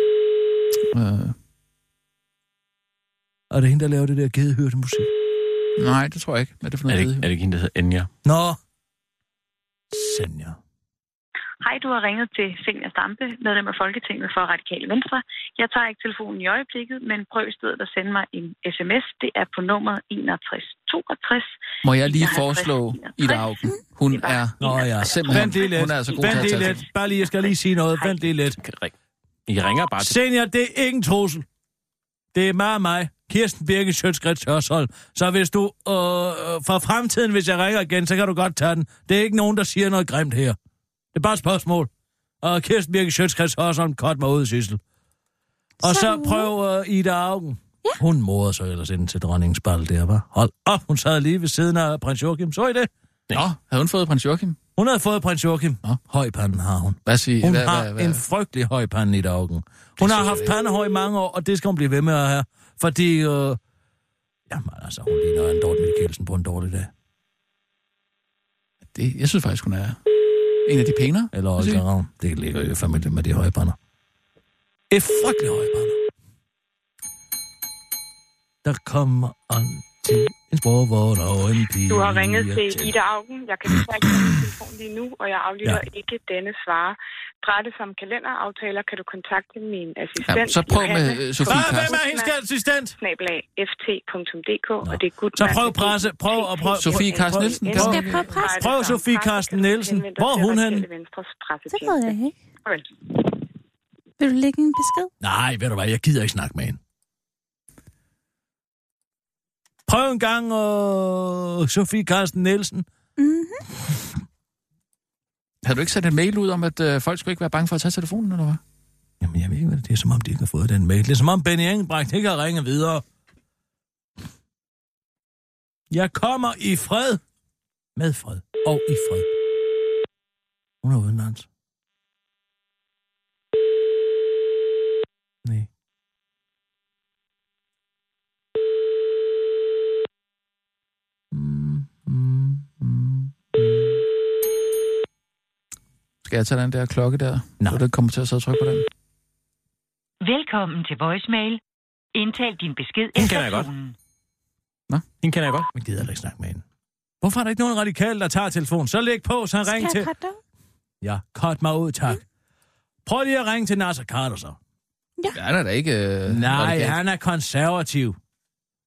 Speaker 4: øh,
Speaker 6: Er det hende, der laver det der gedehørte musik?
Speaker 4: nej, det tror jeg ikke. Hvad er det for
Speaker 7: Er
Speaker 4: noget?
Speaker 7: det, ikke- er det ikke hende, der hedder Enya?
Speaker 6: Nå. Sanja.
Speaker 9: Hej, du har ringet til Senior Stampe, medlem af Folketinget for Radikale Venstre. Jeg tager ikke telefonen i øjeblikket, men prøv i stedet at sende mig en sms. Det er på nummeret 6162.
Speaker 4: Må jeg lige
Speaker 9: Jeg har
Speaker 4: foreslå
Speaker 9: frisk.
Speaker 4: Ida Augen? Hun
Speaker 9: var-
Speaker 4: er...
Speaker 6: Nå ja.
Speaker 4: Simpelthen.
Speaker 6: Vent lige lidt.
Speaker 4: Hun er altså god til
Speaker 6: Vent
Speaker 4: at
Speaker 6: lige
Speaker 4: tage
Speaker 6: lidt. Bare lige, jeg skal lige sige noget. Vent lige lidt.
Speaker 7: Kan det ringe? I ringer bare til...
Speaker 6: Senior, det er ikke en trussel. Det er meget mig, Kirsten Birke Sjøtskrets Hørsholm. Så hvis du, øh, øh, for fremtiden, hvis jeg ringer igen, så kan du godt tage den. Det er ikke nogen, der siger noget grimt her. Det er bare et spørgsmål. Og Kirsten Birke Sjøtskrets Hørsholm, kort mig ud, Sissel. Og så
Speaker 5: Sådan.
Speaker 6: prøv øh, Ida Augen. Ja. Hun morede sig ellers ind til dronningens bal der, var. Hold op, hun sad lige ved siden af prins Joachim. Så I det?
Speaker 4: Nå, havde hun fået prins Joachim?
Speaker 6: Hun havde fået prins Joachim.
Speaker 4: Nå.
Speaker 6: Høj panden har hun.
Speaker 4: Hvad siger...
Speaker 6: Hun
Speaker 4: hvad,
Speaker 6: har
Speaker 4: hvad, hvad,
Speaker 6: en frygtelig høj pande i dagen. Hun har haft pandehår i mange år, og det skal hun blive ved med at have. Fordi, øh... Jamen altså, hun ligner en dårlig Mikkelsen på en dårlig dag.
Speaker 4: Det, jeg synes faktisk, hun er en af de pænere.
Speaker 6: Eller Olga Ravn. Det ligger jo i familien med de høje pander. er frygtelig høj bare nu. Der kommer altid en sporvogn og en pige.
Speaker 9: Du har ringet til Ida Augen. Jeg kan desværre ikke tage min telefon lige nu, og jeg aflytter ja. ikke denne svare. Drætte som kalenderaftaler kan du kontakte min assistent.
Speaker 4: Ja, så prøv med, øh, Sofie
Speaker 6: Ah, hvem er hendes assistent?
Speaker 9: ft.dk, og det er gut.
Speaker 6: Så prøv presse, prøv og prøv.
Speaker 4: Sofie Carsten Nielsen,
Speaker 5: Jeg
Speaker 4: Prøv-
Speaker 5: skal prøve at presse.
Speaker 6: Prøv, Sofie Carsten Nielsen. Hvor er hun henne?
Speaker 5: Det ved jeg ikke. Vil du lægge en besked?
Speaker 6: Nej, ved du hvad, jeg gider ikke snakke med hende. Prøv en gang, og Sofie Carsten Nielsen.
Speaker 5: Mm-hmm.
Speaker 4: Har du ikke sendt en mail ud om, at øh, folk skulle ikke være bange for at tage telefonen, eller hvad?
Speaker 6: Jamen, jeg ved ikke, hvad det er. Det er som om, de ikke har fået den mail. Det er som om, Benny Engelbrecht ikke har ringet videre. Jeg kommer i fred. Med fred. Og i fred. Hun er udenlands. Nej. Mm, mm, mm.
Speaker 4: Skal jeg tage den der klokke der?
Speaker 6: Nej.
Speaker 4: Så du ikke kommer til at sidde og trykke på den.
Speaker 10: Velkommen til voicemail. Indtal din besked
Speaker 7: Den
Speaker 10: efter
Speaker 7: kender jeg godt.
Speaker 10: tonen.
Speaker 7: Den kender jeg godt.
Speaker 6: Jeg gider heller ikke snakke med hende. Hvorfor er der ikke nogen radikal, der tager telefonen? Så læg på, så ring
Speaker 5: Skal
Speaker 6: til...
Speaker 5: jeg cutte dig?
Speaker 6: Ja, cut mig ud,
Speaker 4: Hm?
Speaker 6: tak. Prøv lige at ringe til Nasser Carter så.
Speaker 4: Ja, han er da ikke... Øh,
Speaker 6: Nej,
Speaker 4: radikal.
Speaker 6: han er konservativ.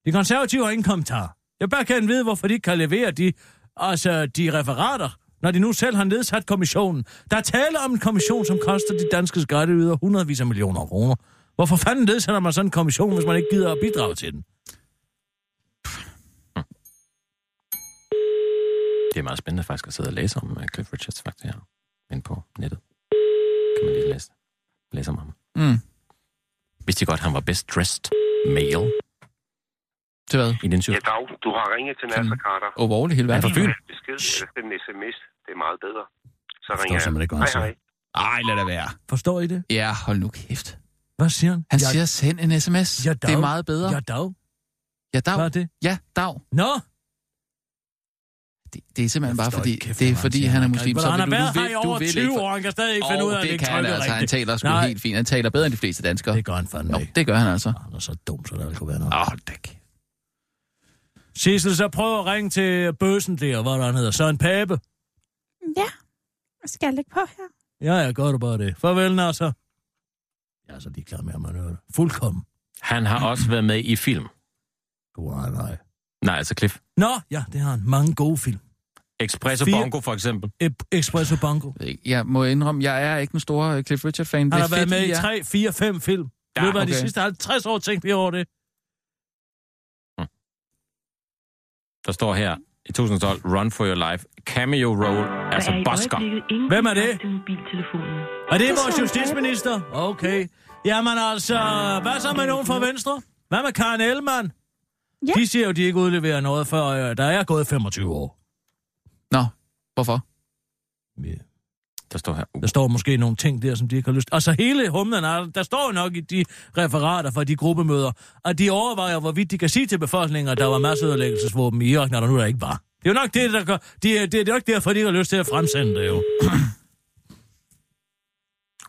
Speaker 6: De konservative har ingen kommentar. Jeg vil bare gerne vide, hvorfor de ikke kan levere de, altså, de referater, når de nu selv har nedsat kommissionen. Der er tale om en kommission, som koster de danske skatteyder hundredvis af millioner kroner. Hvorfor fanden nedsætter man sådan en kommission, hvis man ikke gider at bidrage til den?
Speaker 7: Det er meget spændende faktisk at sidde og læse om øh, Cliff Richards faktisk her. Inde på nettet. Kan man lige læse, læse om ham.
Speaker 4: Mm.
Speaker 7: Vidste I godt, han var best dressed male
Speaker 4: Til hvad?
Speaker 7: i den syv?
Speaker 8: Ja, dag. Du har ringet til Nasser Carter.
Speaker 4: Overall i hele
Speaker 7: Han er
Speaker 4: verden.
Speaker 7: fra Fyn.
Speaker 8: Besked eller send en sms. Det er meget bedre. Så
Speaker 6: Forstår
Speaker 8: ringer jeg.
Speaker 6: simpelthen ikke, hvad han
Speaker 8: Hej,
Speaker 6: siger.
Speaker 8: hej.
Speaker 4: Ej, lad da være.
Speaker 6: Forstår I det?
Speaker 4: Ja, hold nu kæft.
Speaker 6: Hvad siger han?
Speaker 4: Han
Speaker 6: Ja,
Speaker 4: siger, send en sms.
Speaker 6: Ja,
Speaker 4: det er
Speaker 6: dag.
Speaker 4: meget bedre.
Speaker 6: Ja, dag.
Speaker 4: Ja,
Speaker 6: Hvad er
Speaker 4: dag.
Speaker 6: det?
Speaker 4: Ja, dag.
Speaker 6: Nå,
Speaker 4: Det, det er simpelthen
Speaker 6: Jeg
Speaker 4: bare
Speaker 6: forstår
Speaker 4: fordi,
Speaker 6: ikke, kæft,
Speaker 4: det er
Speaker 6: hvor
Speaker 4: fordi,
Speaker 6: siger,
Speaker 4: han er
Speaker 6: kan
Speaker 4: muslim.
Speaker 6: ikke-
Speaker 4: Så
Speaker 6: Han
Speaker 4: vil
Speaker 6: har
Speaker 4: du,
Speaker 6: været
Speaker 4: du,
Speaker 6: her i
Speaker 4: vil- du
Speaker 6: over
Speaker 4: vil
Speaker 6: 20
Speaker 4: ikke...
Speaker 6: år, han kan stadig ikke
Speaker 4: Åh,
Speaker 6: finde ud af, at
Speaker 4: det
Speaker 6: lægge
Speaker 4: kan han
Speaker 6: trykket
Speaker 4: altså. Han
Speaker 6: rigtigt.
Speaker 4: taler sgu
Speaker 6: Nej,
Speaker 4: helt fint. Han taler bedre end de fleste danskere.
Speaker 6: Det gør han fandme
Speaker 4: Nå,
Speaker 6: ikke.
Speaker 4: det gør han altså.
Speaker 6: Han er så dum, så der kunne være noget.
Speaker 4: Åh, oh, dæk.
Speaker 6: Sissel, så prøv at ringe til bøsen der, hvad han hedder, Søren Pape.
Speaker 5: Ja. Skal jeg lægge på her?
Speaker 6: Ja, jeg gør det bare det. Farvel, Nasser. Jeg er så ligeglad med, om han hører det. Fuldkommen.
Speaker 7: Han har også været med i film.
Speaker 6: Du har nej.
Speaker 7: Nej, altså Cliff.
Speaker 6: Nå, ja, det har han. Mange gode film.
Speaker 7: Expresso
Speaker 6: Fire-
Speaker 7: Bongo for eksempel.
Speaker 6: E- Expresso Bongo.
Speaker 4: Jeg ved ikke- Jeg må indrømme, jeg er ikke den store øh, Cliff Richard-fan.
Speaker 6: Han
Speaker 4: Det
Speaker 6: har
Speaker 4: er
Speaker 6: været
Speaker 4: fedt,
Speaker 6: med i
Speaker 4: I er.
Speaker 6: 3, 4, 5 film. Ja,
Speaker 7: Ja,
Speaker 6: Løbet af okay. de
Speaker 4: okay.
Speaker 6: sidste 50 år tænkte vi over det.
Speaker 7: Der står her i 2012, Run for Your Life, cameo role, altså Bosker.
Speaker 6: Hvem er det? Og det er vores justitsminister? Okay. Jamen altså, hvad så med nogen fra Venstre? Hvad med Karen Ellemann?
Speaker 5: Ja.
Speaker 6: De siger jo, de ikke udleverer noget, før øh, der er gået 25 år.
Speaker 4: Nå, hvorfor?
Speaker 6: Yeah.
Speaker 7: Der står her, uh,
Speaker 6: Der står måske nogle ting der, som de ikke har lyst til. Altså hele humlen, er- der står jo nok i de referater fra de gruppemøder, at de overvejer, hvorvidt de kan sige til befolkningen, at der var masser af ødelæggelsesvåben i Irak, når der nu der ikke var. Det er jo nok det, der gør. De, er- det, det er jo ikke derfor, de ikke har lyst til at fremsende det jo.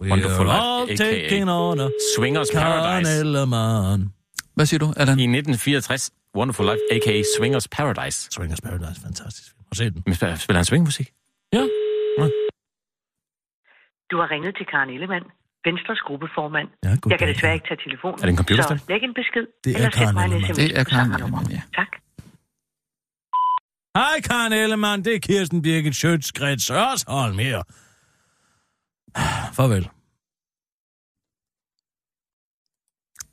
Speaker 6: We
Speaker 7: Wonderful
Speaker 6: are
Speaker 7: Life,
Speaker 6: all
Speaker 7: aka.
Speaker 6: taking on a
Speaker 7: Swingers
Speaker 6: Karen
Speaker 7: Paradise.
Speaker 6: Ellemann.
Speaker 4: Hvad siger du, Allan?
Speaker 7: I 1964, Wonderful Life, a.k.a. Swingers Paradise.
Speaker 6: Swingers Paradise, fantastisk film. Har du set den?
Speaker 7: Men sp- spiller han swingmusik?
Speaker 10: Du har ringet til Karen Ellemann, Venstres gruppeformand.
Speaker 6: Ja, god
Speaker 10: jeg kan
Speaker 6: dag,
Speaker 10: desværre
Speaker 6: Karen.
Speaker 10: ikke tage telefonen,
Speaker 7: Er det en computerstemme?
Speaker 10: så læg en besked,
Speaker 6: Det er
Speaker 10: eller send
Speaker 6: Karen
Speaker 10: mig en
Speaker 6: Ellemann.
Speaker 10: sms
Speaker 4: Det er
Speaker 10: på
Speaker 4: Karen
Speaker 10: samme nummer.
Speaker 4: Ellemann, ja.
Speaker 10: Tak.
Speaker 6: Hej Karen Ellemann, det er Kirsten Birgit Sjøtskrets Hørsholm her. Farvel.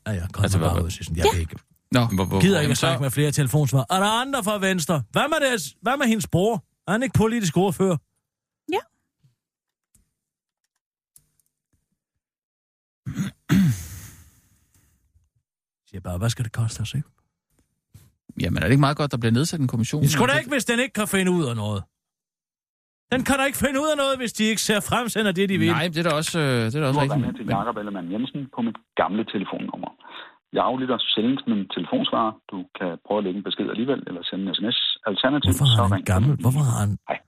Speaker 6: Ja, ja, kom
Speaker 7: Altså,
Speaker 6: altså, bare
Speaker 7: hvad-
Speaker 6: ud, Sissel. Jeg ja. ikke.
Speaker 4: Nå,
Speaker 7: Hvor, hvor,
Speaker 6: gider ikke
Speaker 7: jamen,
Speaker 6: at snakke med flere telefonsvar. Er der andre fra Venstre? Hvad med, deres, hvad med hendes bror? Er han ikke politisk ordfører?
Speaker 5: Ja.
Speaker 6: siger bare, hvad skal det koste os, ikke?
Speaker 4: jamen er det ikke meget godt, der bliver nedsat en kommission?
Speaker 6: Det skulle da ikke, hvis den ikke kan finde ud af noget. Den kan da ikke finde ud af noget, hvis de ikke ser fremsender det, de vil.
Speaker 4: Nej, det er da også, øh, det er da også rigtigt. men- men-
Speaker 11: Jakob Ellemann Jensen på mit gamle telefonnummer. Jeg aflytter sjældent min telefonsvarer. Du kan prøve at lægge en besked alligevel, eller sende en sms. Alternativt,
Speaker 6: Hvorfor har han
Speaker 11: ring.
Speaker 6: gammel? Hvorfor har han...
Speaker 11: Hej.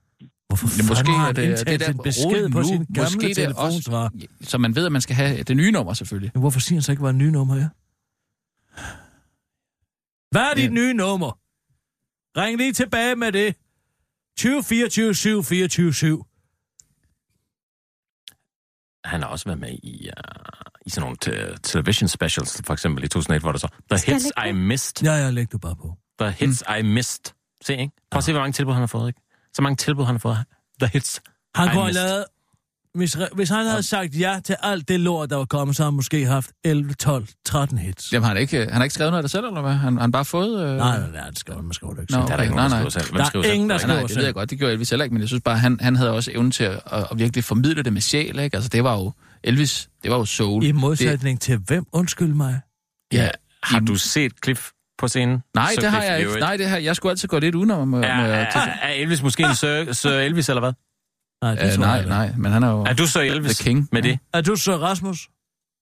Speaker 6: Hvorfor
Speaker 4: Ja, måske
Speaker 6: har
Speaker 4: er
Speaker 6: han
Speaker 4: det, det
Speaker 6: indtalt
Speaker 4: der
Speaker 6: en besked
Speaker 4: roden
Speaker 6: på
Speaker 4: nu.
Speaker 6: sin
Speaker 4: Måske
Speaker 6: gamle
Speaker 4: det er
Speaker 6: telefonsvarer?
Speaker 4: også, så man ved, at man skal have det nye nummer, selvfølgelig.
Speaker 6: Men hvorfor siger han så ikke, hvad det nye nummer er? Hvad er dit nye nummer? Ring lige tilbage med det. 20 24 7 24 7.
Speaker 7: Han har også været med i, uh, i sådan nogle te- television specials, for eksempel i 2001, hvor der så The
Speaker 6: Skal jeg
Speaker 7: Hits I Missed.
Speaker 6: Ja, ja, læg du bare på.
Speaker 7: The Hits
Speaker 4: Mm.
Speaker 7: I Missed. Se, ikke? Prøv at se, hvor mange tilbud han har fået, ikke? Så mange tilbud han har fået. The Hits
Speaker 6: Han
Speaker 7: I
Speaker 6: kunne have
Speaker 7: Missed.
Speaker 6: lavet... Hvis, re- hvis han havde sagt ja til alt det lort, der var kommet, så havde han måske haft 11, 12, 13 hits.
Speaker 4: Jamen, han har ikke, øh, han har ikke skrevet noget af det selv, eller hvad? Han, han har bare fået... Øh...
Speaker 6: Nej, nej, nej, han skriver, man skriver det ikke
Speaker 4: Nå,
Speaker 6: selv.
Speaker 4: okay.
Speaker 6: Der er der ikke
Speaker 4: nej,
Speaker 6: nogen, der
Speaker 4: nej.
Speaker 6: skriver selv. Hvem Der er skriver selv? ingen, der
Speaker 4: Nej,
Speaker 6: skriver
Speaker 4: nej, Det ved
Speaker 6: selv.
Speaker 4: jeg godt, det gjorde Elvis heller ikke, men jeg synes bare, han, han havde også evnen til at, at virkelig formidle det med sjæl, ikke? Altså, det var jo... Elvis, det var jo soul.
Speaker 6: I
Speaker 4: det,
Speaker 6: modsætning det... til hvem? Undskyld mig.
Speaker 4: ja,
Speaker 7: Har du set klip på scenen?
Speaker 4: Nej,
Speaker 7: Sir
Speaker 4: det har
Speaker 7: Cliff
Speaker 4: jeg ikke.
Speaker 7: Lewis.
Speaker 4: Nej, det har, jeg skulle altid gå lidt udenom. øh, Ja,
Speaker 7: Er, er, er Elvis måske en Sir, Sir Elvis, eller hvad?
Speaker 6: Nej,
Speaker 4: det tror jeg ikke. Øh, nej, men han er jo...
Speaker 7: Er du Sir Elvis
Speaker 4: The King.
Speaker 7: med det?
Speaker 6: Er du så Rasmus?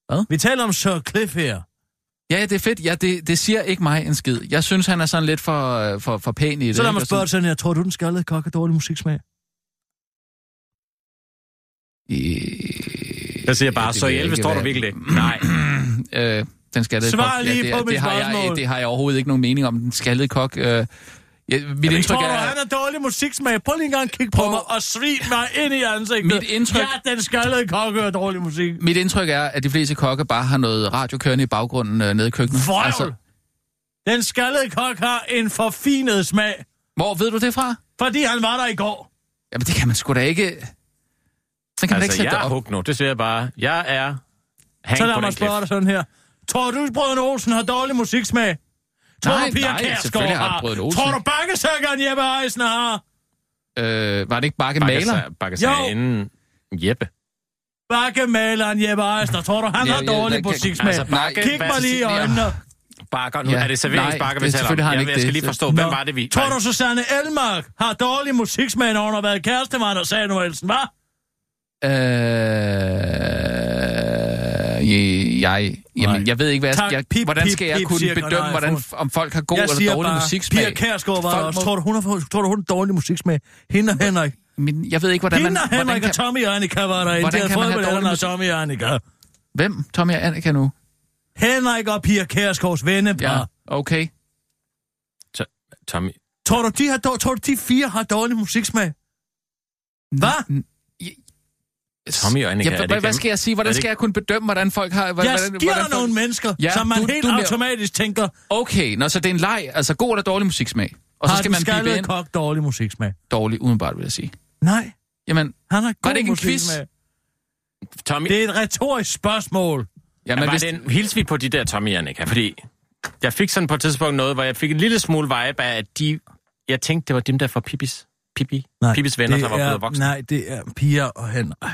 Speaker 4: Hvad?
Speaker 6: Vi taler om Sir Cliff her.
Speaker 4: Ja, ja, det er fedt. Ja, det, det siger ikke mig en skid. Jeg synes, han er sådan lidt for, øh, for, for pæn i det.
Speaker 6: Så lad
Speaker 4: ikke?
Speaker 6: mig
Speaker 4: Og
Speaker 6: spørge dig sådan her. Tror du, den skaldede kok har dårlig musiksmag?
Speaker 4: sådan-
Speaker 7: Jeg siger bare,
Speaker 4: det
Speaker 7: Sir
Speaker 4: vil jeg
Speaker 7: Elvis
Speaker 4: ikke
Speaker 7: tror du
Speaker 4: være-
Speaker 7: virkelig ikke. Nej.
Speaker 4: øh, den skaldede
Speaker 6: Svar
Speaker 4: kok.
Speaker 6: lige
Speaker 4: det,
Speaker 6: på
Speaker 4: det,
Speaker 6: mit
Speaker 4: har jeg,
Speaker 6: spørgsmål.
Speaker 4: det har jeg overhovedet ikke nogen mening om, den skaldede kok. Øh, ja, mit
Speaker 6: Indtryk
Speaker 4: indtryk
Speaker 6: tror du,
Speaker 4: er...
Speaker 6: han har dårlig musiksmag? Prøv lige en gang at kigge på,
Speaker 4: Prøv-
Speaker 6: mig og svin mig ind i ansigtet.
Speaker 4: Mit indtryk-
Speaker 6: Ja, den skaldede kok hører dårlig musik.
Speaker 4: Mit indtryk er, at de fleste kokke bare har noget radio kørende i baggrunden øh, nede i køkkenet.
Speaker 6: Vrøvl! Den skaldede kok har en forfinet smag,
Speaker 4: hvor ved du det fra?
Speaker 6: fordi han var der i går.
Speaker 4: Jamen, det kan man sgu da ikke... Så kan man da ikke
Speaker 7: Altså,
Speaker 4: sætte
Speaker 7: jeg
Speaker 4: det
Speaker 7: er
Speaker 4: op.
Speaker 7: hooked nu. Det siger jeg bare. Jeg er hang
Speaker 6: Så
Speaker 7: på
Speaker 6: lad
Speaker 7: den
Speaker 6: mig spørge
Speaker 7: klip.
Speaker 6: dig sådan her. Tror du, Brøden Olsen har dårlig musiksmag? Tror
Speaker 4: Nej,
Speaker 6: du, Pia
Speaker 4: nej,
Speaker 6: Kærsgaard
Speaker 4: selvfølgelig har
Speaker 6: har?
Speaker 4: Brødrene Olsen.
Speaker 6: Tror du, bakkesøkkeren Jeppe Eisen har?
Speaker 4: Øh, var det ikke Bakke
Speaker 7: Bakker
Speaker 4: Maler?
Speaker 7: sig- Bakker
Speaker 6: Jo.
Speaker 7: sig inden Jeppe.
Speaker 6: Bakkemaleren Jeppe Eisen, tror du, han
Speaker 4: Ja,
Speaker 6: har
Speaker 4: ja,
Speaker 6: dårlig
Speaker 4: der kan-
Speaker 6: musiksmag?
Speaker 7: altså, Bakke-
Speaker 6: Kig mig lige i øjnene.
Speaker 7: Bakker nu.
Speaker 4: Ja.
Speaker 7: Ja. Er det serveringsbakker,
Speaker 4: Nej,
Speaker 7: vi
Speaker 4: det-
Speaker 7: taler om?
Speaker 4: selvfølgelig har han
Speaker 7: Jeg,
Speaker 4: ikke
Speaker 7: jeg skal
Speaker 4: det.
Speaker 7: lige forstå, hvad
Speaker 6: Nå.
Speaker 7: var det, vi...
Speaker 6: Tror du, Susanne Elmark har dårlig musiksmag, når hun har været kæreste med Anders Samuelsen, hva'?
Speaker 4: Øh, je- jeg,
Speaker 6: Nej.
Speaker 4: jamen, jeg ved ikke, hvad jeg,
Speaker 6: Tak.
Speaker 4: jeg,
Speaker 6: Pip,
Speaker 4: hvordan
Speaker 6: pip,
Speaker 4: skal jeg
Speaker 6: pip,
Speaker 4: kunne
Speaker 6: siger Conrad
Speaker 4: bedømme, hvordan,
Speaker 6: Frost.
Speaker 4: om folk har god
Speaker 6: jeg
Speaker 4: eller
Speaker 6: siger
Speaker 4: dårlig
Speaker 6: bare,
Speaker 4: musiksmag?
Speaker 6: Pia Kærsgaard var
Speaker 4: Folk
Speaker 6: der også.
Speaker 4: må-
Speaker 6: Tror du, hun har fået, tror du, hun har dårlig musiksmag? Hende og Henrik.
Speaker 4: Men jeg ved ikke, hvordan
Speaker 6: Hende
Speaker 4: man...
Speaker 6: og Henrik
Speaker 4: Hvordan
Speaker 6: og Tommy og Annika var der.
Speaker 4: Hvordan
Speaker 6: Hvordan
Speaker 4: kan man have
Speaker 6: kan
Speaker 4: dårlig
Speaker 6: man og
Speaker 4: musik-
Speaker 6: Tommy og Annika.
Speaker 4: hvem? Tommy og Annika nu?
Speaker 6: Henrik og Pia Kærsgaards vennepar.
Speaker 4: Ja, okay.
Speaker 7: To- Tommy...
Speaker 6: Tror du, de har dår, tror du, de fire har dårlig musiksmag? Hvad?
Speaker 7: Tommy og Annika,
Speaker 4: ja,
Speaker 7: er det
Speaker 4: hvad,
Speaker 7: ikke
Speaker 4: hvad
Speaker 7: dem?
Speaker 4: skal jeg sige?
Speaker 7: Er
Speaker 4: Hvordan
Speaker 7: det
Speaker 4: skal jeg kunne bedømme, hvordan folk har... Hvordan,
Speaker 6: Jeg
Speaker 4: hvordan,
Speaker 6: giver dig
Speaker 4: folk-
Speaker 6: nogle mennesker,
Speaker 4: Ja,
Speaker 6: som man
Speaker 4: du-
Speaker 6: helt
Speaker 4: du bliver-
Speaker 6: automatisk tænker,
Speaker 4: Okay, nå, så det er en leg. Altså, god eller dårlig musiksmag? Og så
Speaker 6: har
Speaker 4: skal
Speaker 6: den
Speaker 4: man blive
Speaker 6: skaldede
Speaker 4: en
Speaker 6: kok dårlig musiksmag?
Speaker 4: dårlig, udenbart, vil jeg sige.
Speaker 6: Nej,
Speaker 4: Jamen,
Speaker 6: han har god
Speaker 4: det ikke en quiz?
Speaker 6: musiksmag.
Speaker 7: Tommy...
Speaker 6: Det er et retorisk spørgsmål.
Speaker 7: Ja,
Speaker 4: jamen
Speaker 7: var
Speaker 4: hvis,
Speaker 7: det en hilsvig på de der Tommy og Annika? Fordi jeg fik sådan på et tidspunkt noget, hvor jeg fik en lille smule vibe af, at de... Jeg tænkte, det var dem der fra Pipis. Pippi. Pippis venner,
Speaker 6: det
Speaker 7: der var
Speaker 6: er-
Speaker 7: blevet voksne.
Speaker 6: Nej, det er Pia og Henrik.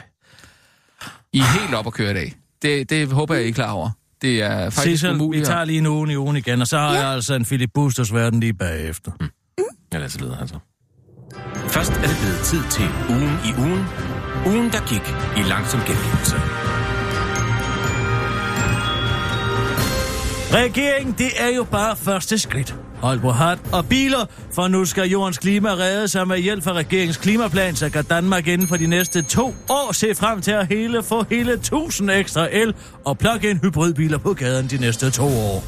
Speaker 4: I er helt op at køre i dag. Det, det håber jeg, I er klar over. Det er faktisk
Speaker 6: Cecil, vi
Speaker 4: umuligt. at-
Speaker 6: tager lige en ugen i ugen igen, og så har jeg altså en Philip Busters verden lige bagefter.
Speaker 7: Jeg læser videre, altså. Først er det blevet tid til ugen i ugen. Ugen, der gik i langsom gengivelse.
Speaker 6: Regeringen, det er jo bare første skridt. Hold på hat og biler, for nu skal jordens klima reddes sig med hjælp fra regeringens klimaplan, så kan Danmark inden for de næste to år se frem til at hele få hele 1000 ekstra el- og plug-in hybridbiler på gaden de næste to år.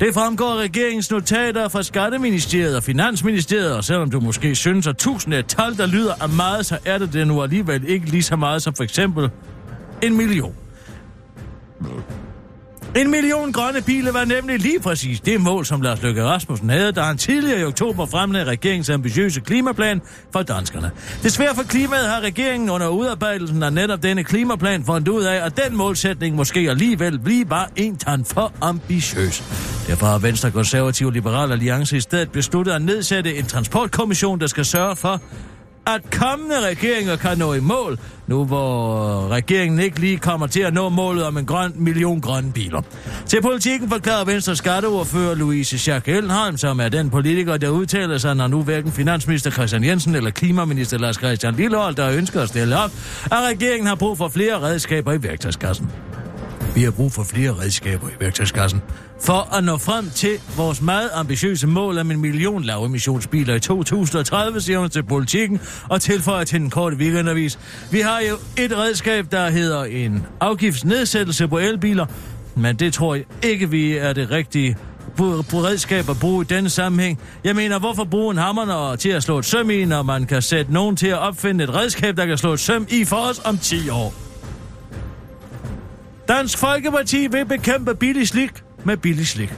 Speaker 6: Det fremgår af regeringens notater fra Skatteministeriet og Finansministeriet, og selvom du måske synes, at 1000 er et tal, der lyder af meget, så er det det nu alligevel ikke lige så meget som for eksempel en million. En million grønne biler var nemlig lige præcis det mål, som Lars Løkke Rasmussen havde, da han tidligere i oktober fremlagde regeringens ambitiøse klimaplan for danskerne. Desværre for klimaet har regeringen under udarbejdelsen af netop denne klimaplan fundet ud af, at den målsætning måske alligevel bliver bare en tand for ambitiøs. Derfor har Venstre Konservativ og Liberal Alliance i stedet besluttet at nedsætte en transportkommission, der skal sørge for, at kommende regeringer kan nå i mål, nu hvor regeringen ikke lige kommer til at nå målet om en grøn million grønne biler. Til politikken forklarer Venstre skatteordfører Louise Schack Ellenheim, som er den politiker, der udtaler sig, når nu hverken finansminister Christian Jensen eller klimaminister Lars Christian Lillehold, der ønsker at stille op, at regeringen har brug for flere redskaber i værktøjskassen. Vi har brug for flere redskaber i værktøjskassen. For at nå frem til vores meget ambitiøse mål om en million lavemissionsbiler i 2030, siger hun til politikken og tilføjer til den korte weekendavis. Vi har jo et redskab, der hedder en afgiftsnedsættelse på elbiler, men det tror jeg ikke, vi er det rigtige på redskab at bruge i denne sammenhæng. Jeg mener, hvorfor bruge en hammer når, til at slå et søm i, når man kan sætte nogen til at opfinde et redskab, der kan slå et søm i for os om 10 år? Dansk Folkeparti vil bekæmpe billig slik med billig slik.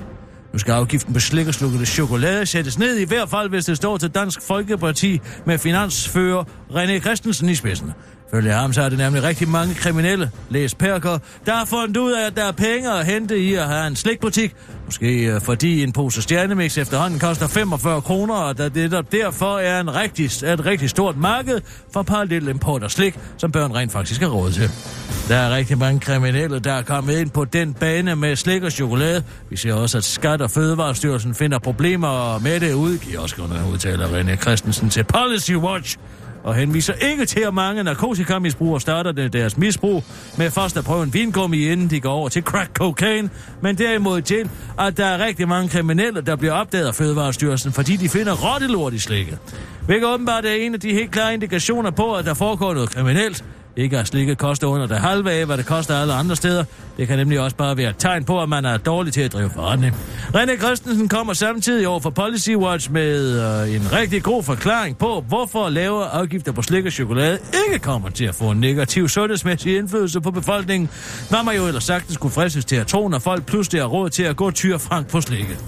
Speaker 6: Nu skal afgiften på slik og slukket chokolade sættes ned, i hvert fald hvis det står til Dansk Folkeparti med finansfører René Christensen i spidsen. Følge ham så er det nemlig rigtig mange kriminelle, læs perker, der har fundet ud af, at der er penge at hente i at have en slikbutik. Måske øh, fordi en pose stjernemix efterhånden koster 45 kroner, og da det der derfor er en rigtig, er et rigtig stort marked for parallel import af slik, som børn rent faktisk har råd til. Der er rigtig mange kriminelle, der er kommet ind på den bane med slik og chokolade. Vi ser også, at Skat og Fødevarestyrelsen finder problemer med det ude i kioskerne, udtaler René Christensen til Policy Watch og henviser ikke til, at mange narkotikamisbrugere starter det- deres misbrug med først at prøve en vingummi, inden de går over til crack cocaine, men derimod til, at der er rigtig mange kriminelle, der bliver opdaget af Fødevarestyrelsen, fordi de finder rottelort i slikket. Hvilket åbenbart er en af de helt klare indikationer på, at der foregår noget kriminelt. Ikke at slikket koster under det halve af, hvad det koster alle andre steder. Det kan nemlig også bare være et tegn på, at man er dårlig til at drive forretning. René Christensen kommer samtidig over for Policy Watch med øh, en rigtig god forklaring på, hvorfor lavere afgifter på slik og chokolade ikke kommer til at få en negativ sundhedsmæssig indflydelse på befolkningen. Hvad man jo ellers sagtens kunne fristes til at tro, når folk pludselig har råd til at gå tyrefrank på slikket.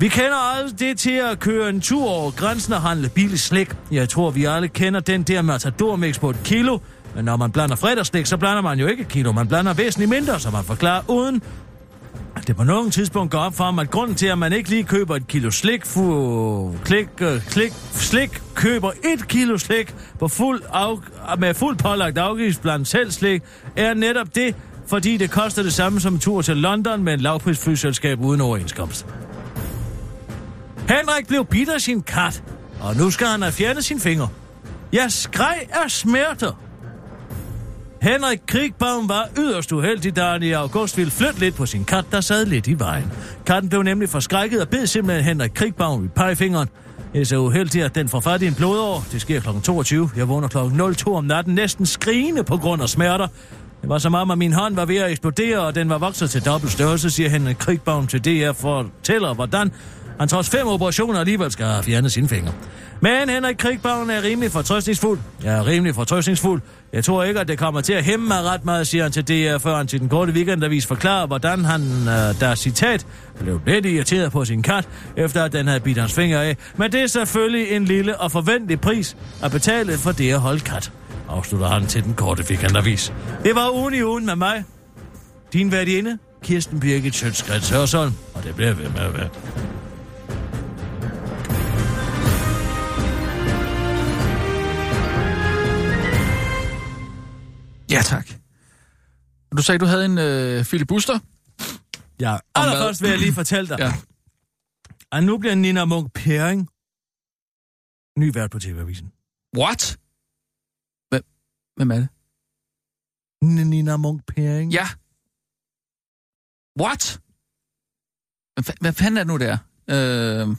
Speaker 6: Vi kender alle det til at køre en tur over grænsen og handle billig slik. Jeg tror, vi alle kender den der matadormix på et kilo. Men når man blander fredagsslik, så blander man jo ikke et kilo. Man blander væsentligt mindre, så man forklarer uden at det på nogen tidspunkt går op for mig, at grunden til, at man ikke lige køber et kilo slik, fu, klik, øh, klik, slik, køber et kilo slik på fuld af, med fuld pålagt afgift blandt selv slik, er netop det, fordi det koster det samme som en tur til London med en lavprisflyselskab uden overenskomst. Henrik blev bidt af sin kat, og nu skal han have fjernet sin finger. Jeg skreg af smerte. Henrik Krigbaum var yderst uheldig, da han i august ville flytte lidt på sin kat, der sad lidt i vejen. Katten blev nemlig forskrækket og bed simpelthen Henrik Krigbaum i pegefingeren. Jeg er så uheldig, at den får fat i en blodår. Det sker kl. 22. Jeg vågner kl. 02 om natten, næsten skrigende på grund af smerter. Det var som om, at min hånd var ved at eksplodere, og den var vokset til dobbelt størrelse, siger Henrik Krigbaum til DR fortæller, hvordan han trods fem operationer alligevel skal have fjernet sine fingre. Men Henrik Krigbaum er rimelig fortrøstningsfuld. Jeg er rimelig fortrøstningsfuld. Jeg tror ikke, at det kommer til at hæmme mig ret meget, siger han til DR, før han til den korte weekendavis forklarer, hvordan han, øh, der citat, blev lidt irriteret på sin kat, efter at den havde bidt hans fingre af. Men det er selvfølgelig en lille og forventelig pris at betale for det at holde kat, afslutter han til den korte weekendavis. Det var ugen i ugen med mig. Din værtinde, Kirsten Birgit Sjøtskrets Hørsholm, og det bliver ved med at være.
Speaker 4: Ja, tak. Og Du sagde, du havde en øh, filibuster.
Speaker 6: Ja,
Speaker 4: Om hvad?
Speaker 6: Allerførst vil jeg lige fortælle dig, ja. at nu bliver Nina Munk Pering ny vært på TV-avisen.
Speaker 4: What? Hvem, hvem er det?
Speaker 6: N- Nina Munk Pering?
Speaker 4: Ja. What? Hvad, fa- hvad fanden er det nu, der? Øh,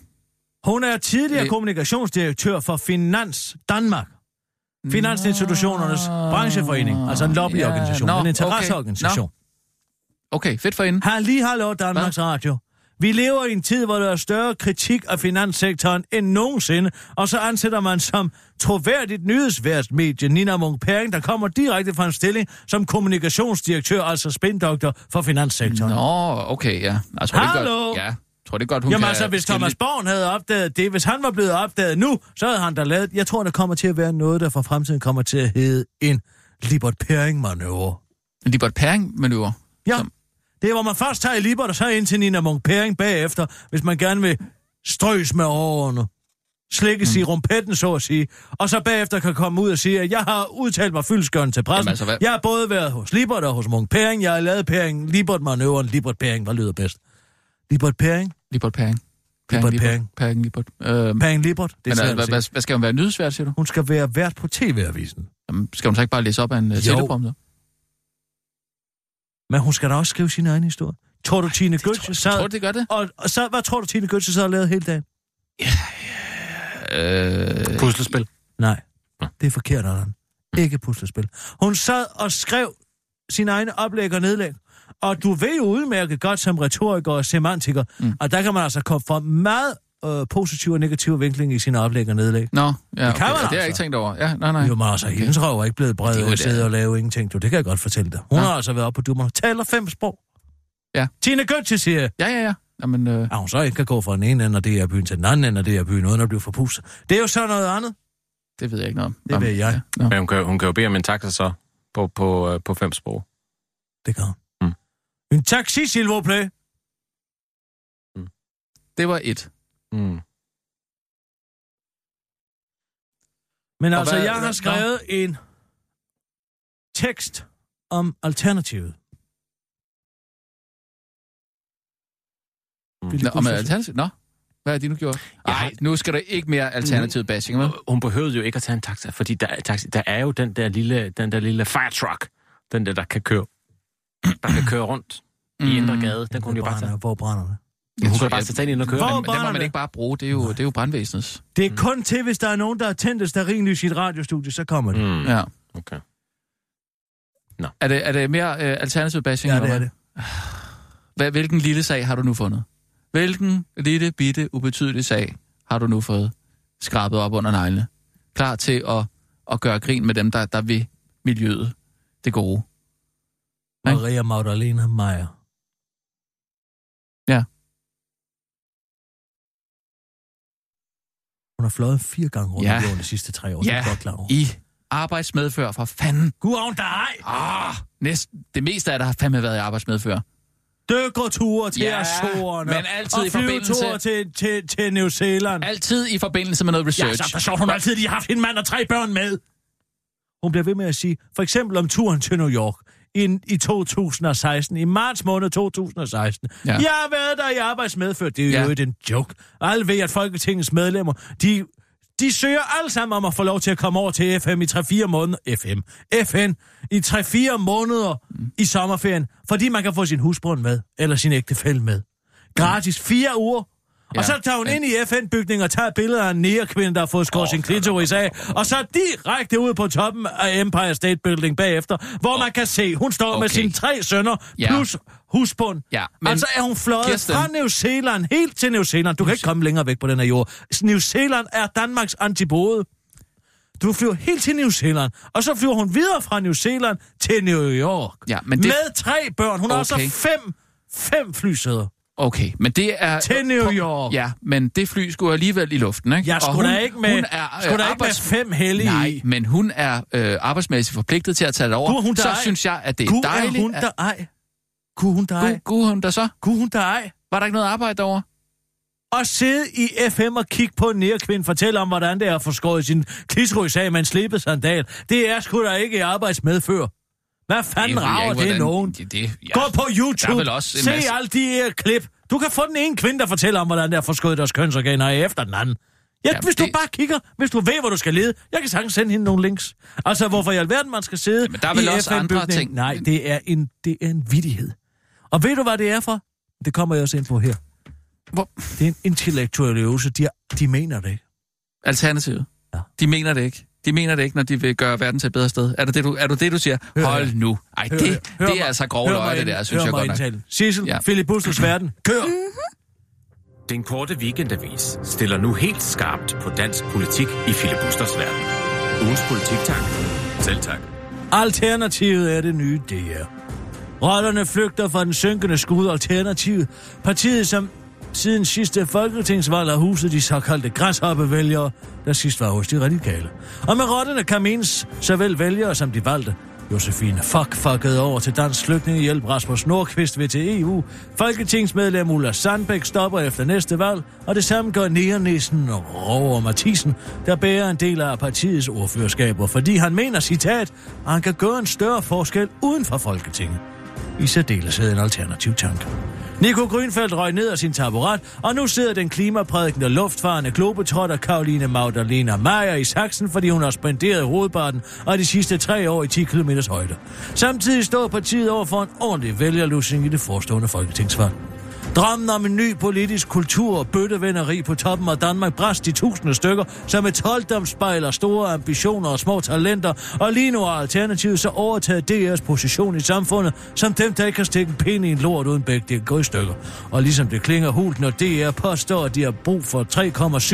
Speaker 6: Hun er tidligere
Speaker 4: Det-
Speaker 6: kommunikationsdirektør for Finans Danmark. Finansinstitutionernes brancheforening, altså en lobbyorganisation,
Speaker 4: Ja, nå,
Speaker 6: en interesseorganisation.
Speaker 4: okay, fedt for hende.
Speaker 6: Halli, hallo, Danmarks Radio. Vi lever i en tid, hvor der er større kritik af finanssektoren end nogensinde, og så ansætter man som troværdigt nyhedsvært medie Nina Munk Pering, der kommer direkte fra en stilling som kommunikationsdirektør, altså spindoktor for finanssektoren.
Speaker 4: Nå, okay, ja. Jeg tror, det er
Speaker 6: Hallo?
Speaker 4: godt, ja. Jeg tror, det er godt, hun
Speaker 6: Jamen
Speaker 4: kan...
Speaker 6: altså, hvis
Speaker 4: skille
Speaker 6: Thomas
Speaker 4: lidt-
Speaker 6: Born havde opdaget det, hvis han var blevet opdaget nu, så havde han da lavet... Jeg tror, der kommer til at være noget, der for fremtiden kommer til at hedde en Libert Pering-manøvre.
Speaker 4: En Libert Pering-manøvre?
Speaker 6: Ja, det er, hvor man først tager i Libert, og så ind til Nina Munk Pering bagefter, hvis man gerne vil strøs med årene. Slikkes mm. i rumpetten, så at sige. Og så bagefter kan komme ud og sige, at jeg har udtalt mig fyldskørende til pressen.
Speaker 4: Jamen altså, hvad-
Speaker 6: Jeg har både været hos Libert og hos Munk Pering. Jeg har lavet Pering, Libert-manøvren, Libert Pering. Hvad lyder bedst? Libert Pering?
Speaker 4: Libert Pering.
Speaker 6: Libert Pering.
Speaker 4: Pering, Libert. Øhm,
Speaker 6: Pering Libert. Det
Speaker 4: men,
Speaker 6: er
Speaker 4: øh,
Speaker 6: svært
Speaker 4: hvad,
Speaker 6: at sige.
Speaker 4: hvad, hvad skal hun være nyhedsvært, siger du?
Speaker 6: Hun skal være vært på TV-avisen.
Speaker 4: øh, Jamen, skal hun så ikke bare læse op af en uh,
Speaker 6: Jo.
Speaker 4: teleprompter?
Speaker 6: Men hun skal da også skrive sin egen historie. Tror du, Tine Gøtze sad...
Speaker 4: tror du, det gør det?
Speaker 6: Og, og så, hvad tror du, Tine Gøtze sad og lavede hele dagen?
Speaker 4: Øh...
Speaker 7: Puslespil.
Speaker 6: Nej, det er forkert, Allan. Ikke puslespil. Hun sad og skrev sine egne oplæg og nedlæg. Og du ved jo udmærket godt som retoriker og semantiker, mm. og der kan man altså komme for meget øh, positiv og negativ vinkling i sine oplæg og nedlæg.
Speaker 4: Nå, ja, okay.
Speaker 6: man
Speaker 4: ja, det har
Speaker 6: altså.
Speaker 4: jeg ikke tænkt over. Ja, nej, nej.
Speaker 6: Jo, men altså, okay. hendes røv er ikke blevet
Speaker 4: Det er
Speaker 6: bred
Speaker 4: jo
Speaker 6: og
Speaker 4: det.
Speaker 6: sidder og laver ingenting, du. Det kan jeg godt fortælle dig. Hun
Speaker 4: Nå.
Speaker 6: har altså været oppe på dummerne. Taler fem sprog.
Speaker 4: Ja.
Speaker 6: Tine Gøtje siger, jeg.
Speaker 4: Ja, ja, ja. Jamen, øh...
Speaker 6: at hun så ikke kan gå fra den ene ende af det her byen til den anden ende af det her byen, uden at blive forpustet. Det er jo så noget andet.
Speaker 4: Det ved jeg ikke noget om.
Speaker 6: Det ved
Speaker 4: Nå,
Speaker 6: jeg.
Speaker 4: Ja. Nå.
Speaker 7: Men hun kan, hun kan jo bede om en taxa så på, på, øh, på fem sprog.
Speaker 6: Det kan hun.
Speaker 7: Mm.
Speaker 6: En taxi, Silvo Play.
Speaker 4: Det var et.
Speaker 7: Mm.
Speaker 6: Men
Speaker 4: Og
Speaker 6: altså,
Speaker 4: hvad-
Speaker 6: jeg
Speaker 4: hvad-
Speaker 6: har skrevet en tekst om alternativet.
Speaker 7: Mm.
Speaker 6: Ville
Speaker 4: Nå,
Speaker 6: du
Speaker 4: om
Speaker 6: synes-
Speaker 4: alternativ? Nå, hvad har de nu gjort? Nej, nu skal der ikke mere alternativ bashing, vel?
Speaker 7: Hun behøvede jo ikke at tage en taxa, fordi der, er- taxi, der er jo den der lille, den der lille firetruck, den der, der kan køre, der kan køre rundt mm. i Indre Gade. Den kunne hun jo bare tage.
Speaker 6: brænder, hvor brænder det?
Speaker 7: Hun
Speaker 4: tror,
Speaker 7: kunne bare
Speaker 4: jeg-
Speaker 7: sætte sig ind og køre.
Speaker 6: Hvor
Speaker 4: Den, den må man
Speaker 6: brænderne?
Speaker 4: ikke bare bruge, det er jo, det er jo brandvæsenets.
Speaker 6: Det er mm. kun til, hvis der er nogen, der har tændt et starinlys i et radiostudie, så kommer det. Mm.
Speaker 7: Mm.
Speaker 4: Ja.
Speaker 7: Okay.
Speaker 4: Er det, er det mere øh, alternativ bashing?
Speaker 6: Ja,
Speaker 4: eller
Speaker 6: det er
Speaker 4: hvad?
Speaker 6: det.
Speaker 4: Hvad, hvilken lille sag har du nu fundet? Hvilken lille, bitte, ubetydelig sag har du nu fået skrabet op under neglene? Klar til at, at gøre grin med dem, der, der vil miljøet det gode. Nej.
Speaker 6: Maria Magdalena Meyer.
Speaker 4: Ja.
Speaker 6: Hun har fløjet fire gange rundt
Speaker 4: Ja.
Speaker 6: ja. jorden de sidste tre år.
Speaker 4: Ja.
Speaker 6: Det er jeg godt klar over.
Speaker 4: I arbejdsmedfører for fanden.
Speaker 6: Guavn dig!
Speaker 4: Ah, næsten, det meste af det har fandme været i arbejdsmedfører.
Speaker 6: Dykkerture til
Speaker 4: Ja,
Speaker 6: ja, Azorerne.
Speaker 4: men altid
Speaker 6: og
Speaker 4: i forbindelse-
Speaker 6: flyveture til, til, til New Zealand.
Speaker 4: Altid i forbindelse med noget
Speaker 6: Ja, altså,
Speaker 4: research.
Speaker 6: så er sjovt, hun har altid lige haft en mand og tre børn med. Hun bliver ved med at sige, for eksempel om turen til New York i, i 2016, i marts måned 2016.
Speaker 4: Ja.
Speaker 6: Ja. Jeg har været der i arbejdsmedført. Det er
Speaker 4: Ja.
Speaker 6: jo ja. en joke. Alle ved, at Folketingets medlemmer, de, de søger alle sammen om at få lov til at komme over til FM i 3-4 måneder. FM. FN. I 3-4 måneder mm. i sommerferien, fordi man kan få sin husbund med, eller sin ægtefælle med. Gratis fire uger. Ja,
Speaker 4: Ja,
Speaker 6: og så tager hun
Speaker 4: men-
Speaker 6: ind i FN-bygningen og tager billeder af en nærkvinde, der har fået skåret sin klitoris af, og så direkte ud på toppen af Empire State Building bagefter, hvor man kan se, hun står med
Speaker 4: Okay.
Speaker 6: sine tre sønner
Speaker 4: Ja.
Speaker 6: plus husbund.
Speaker 4: Ja, men-
Speaker 6: men... Altså er hun fløjet
Speaker 4: Kirsten.
Speaker 6: fra New Zealand helt til New Zealand. Du kan ikke komme længere væk på den her jord. New Zealand er Danmarks antipode. Du flyver helt til New Zealand, og så flyver hun videre fra New Zealand til New York.
Speaker 4: Ja, men det-
Speaker 6: Med tre børn. Hun har altså
Speaker 4: Okay.
Speaker 6: fem, fem flysæder.
Speaker 4: Okay, men det er...
Speaker 6: Til New York.
Speaker 4: Ja, men det fly skulle alligevel i luften, ikke?
Speaker 6: Jeg
Speaker 4: Og
Speaker 6: skulle da ikke med,
Speaker 4: hun er, øh,
Speaker 6: skulle da ikke med fem hellige
Speaker 4: Nej,
Speaker 6: i.
Speaker 4: men hun er øh, arbejdsmæssigt forpligtet til at tage det over.
Speaker 6: Kunne hun da
Speaker 4: så
Speaker 6: ej?
Speaker 4: synes jeg, at det er
Speaker 6: Kunne
Speaker 4: dejligt.
Speaker 6: er hun der ej? Kunne hun der
Speaker 4: Gu-
Speaker 6: ej?
Speaker 4: Kunne hun da så?
Speaker 6: Kunne hun der ej?
Speaker 4: Var der ikke noget arbejde derovre?
Speaker 6: Og sidde i FM og kigge på en nærkvinde fortælle om, hvordan det er at få skåret sin klitoris af med en slippet sandal. Det er sgu da ikke i arbejdsmedfør. Hvad fanden
Speaker 4: ved jeg
Speaker 6: rager
Speaker 4: ikke,
Speaker 6: det
Speaker 4: hvordan-
Speaker 6: nogen?
Speaker 4: Det, det, ja.
Speaker 6: Gå
Speaker 4: Der
Speaker 6: på
Speaker 4: er
Speaker 6: YouTube,
Speaker 4: vel også en
Speaker 6: se
Speaker 4: masse-
Speaker 6: alle de her klip. Du kan få den ene kvinde, der fortæller om, hvordan det er at få skåret deres kønsorganer af efter den anden. Ja,
Speaker 4: Jamen,
Speaker 6: hvis du
Speaker 4: det-
Speaker 6: bare kigger, hvis du ved, hvor du skal lede, jeg kan sagtens sende hende nogle links. Altså, hvorfor i alverden man skal sidde
Speaker 4: Jamen, der er vel
Speaker 6: i
Speaker 4: også andre
Speaker 6: FN-bygningen?
Speaker 4: ting.
Speaker 6: Nej, det er, en, det er en vidighed. Og ved du, hvad det er for? Det kommer jeg også ind på her.
Speaker 4: Hvor-
Speaker 6: Det er en intellektuel øvelse. De, er, de mener det. ikke.
Speaker 4: Alternativet.
Speaker 6: Ja.
Speaker 4: De mener det ikke. De mener det ikke, når de vil gøre verden til et bedre sted. Er det det, du, er det, det, du siger?
Speaker 6: Hør
Speaker 4: Hold
Speaker 6: her.
Speaker 4: nu. Ej,
Speaker 6: Hør
Speaker 4: det,
Speaker 6: Hør
Speaker 4: det er
Speaker 6: mig-
Speaker 4: altså grove
Speaker 6: hør mig
Speaker 4: løg, det
Speaker 6: ind-
Speaker 4: der, synes
Speaker 6: hør
Speaker 4: jeg
Speaker 6: mig
Speaker 4: godt nok.
Speaker 6: indtale. Sissel,
Speaker 4: Ja.
Speaker 6: ja. Philip Busters verden. Kør!
Speaker 7: Mm-hmm. Den korte weekendavis stiller nu helt skarpt på dansk politik i filibusters verden. Ugens politik, tak. Selv tak.
Speaker 6: Alternativet er det nye DR. Rollerne flygter fra den synkende skud Alternativet. Partiet, som siden sidste folketingsvalg har huset de såkaldte græshoppevælgere, der sidst var hos de radikale. Og med rotterne kan menes såvel vælgere som de valgte. Josefine Fock fuckede over til Dansk Flygtningehjælp Rasmus Nordqvist ved til EU. Folketingsmedlem Ulla Sandbæk stopper efter næste valg, og det samme gør nærnæsen og Rover Mathisen, der bærer en del af partiets ordførerskaber, fordi han mener, citat, at han kan gøre en større forskel uden for Folketinget. i særdeleshed en alternativ tanke. Nico Grønfeldt røg ned af sin taburet, og nu sidder den klimaprædikende luftfarende globetrotter Karoline Magdalena Meyer i saksen, fordi hun har spenderet hovedparten af de sidste tre år i 10 km højde. Samtidig står partiet over for en ordentlig vælgerlusning i det forestående folketingsvalg. Drømmen om en ny politisk kultur og bøttevenderi på toppen af Danmark bræst i tusinde stykker, som et holddomsspejler store ambitioner og små talenter, og lige nu har Alternativet så overtaget DR's position i samfundet, som dem, der ikke kan stikke en pind i en lort uden begge det går i stykker. Og ligesom det klinger hult, når DR påstår, at de har brug for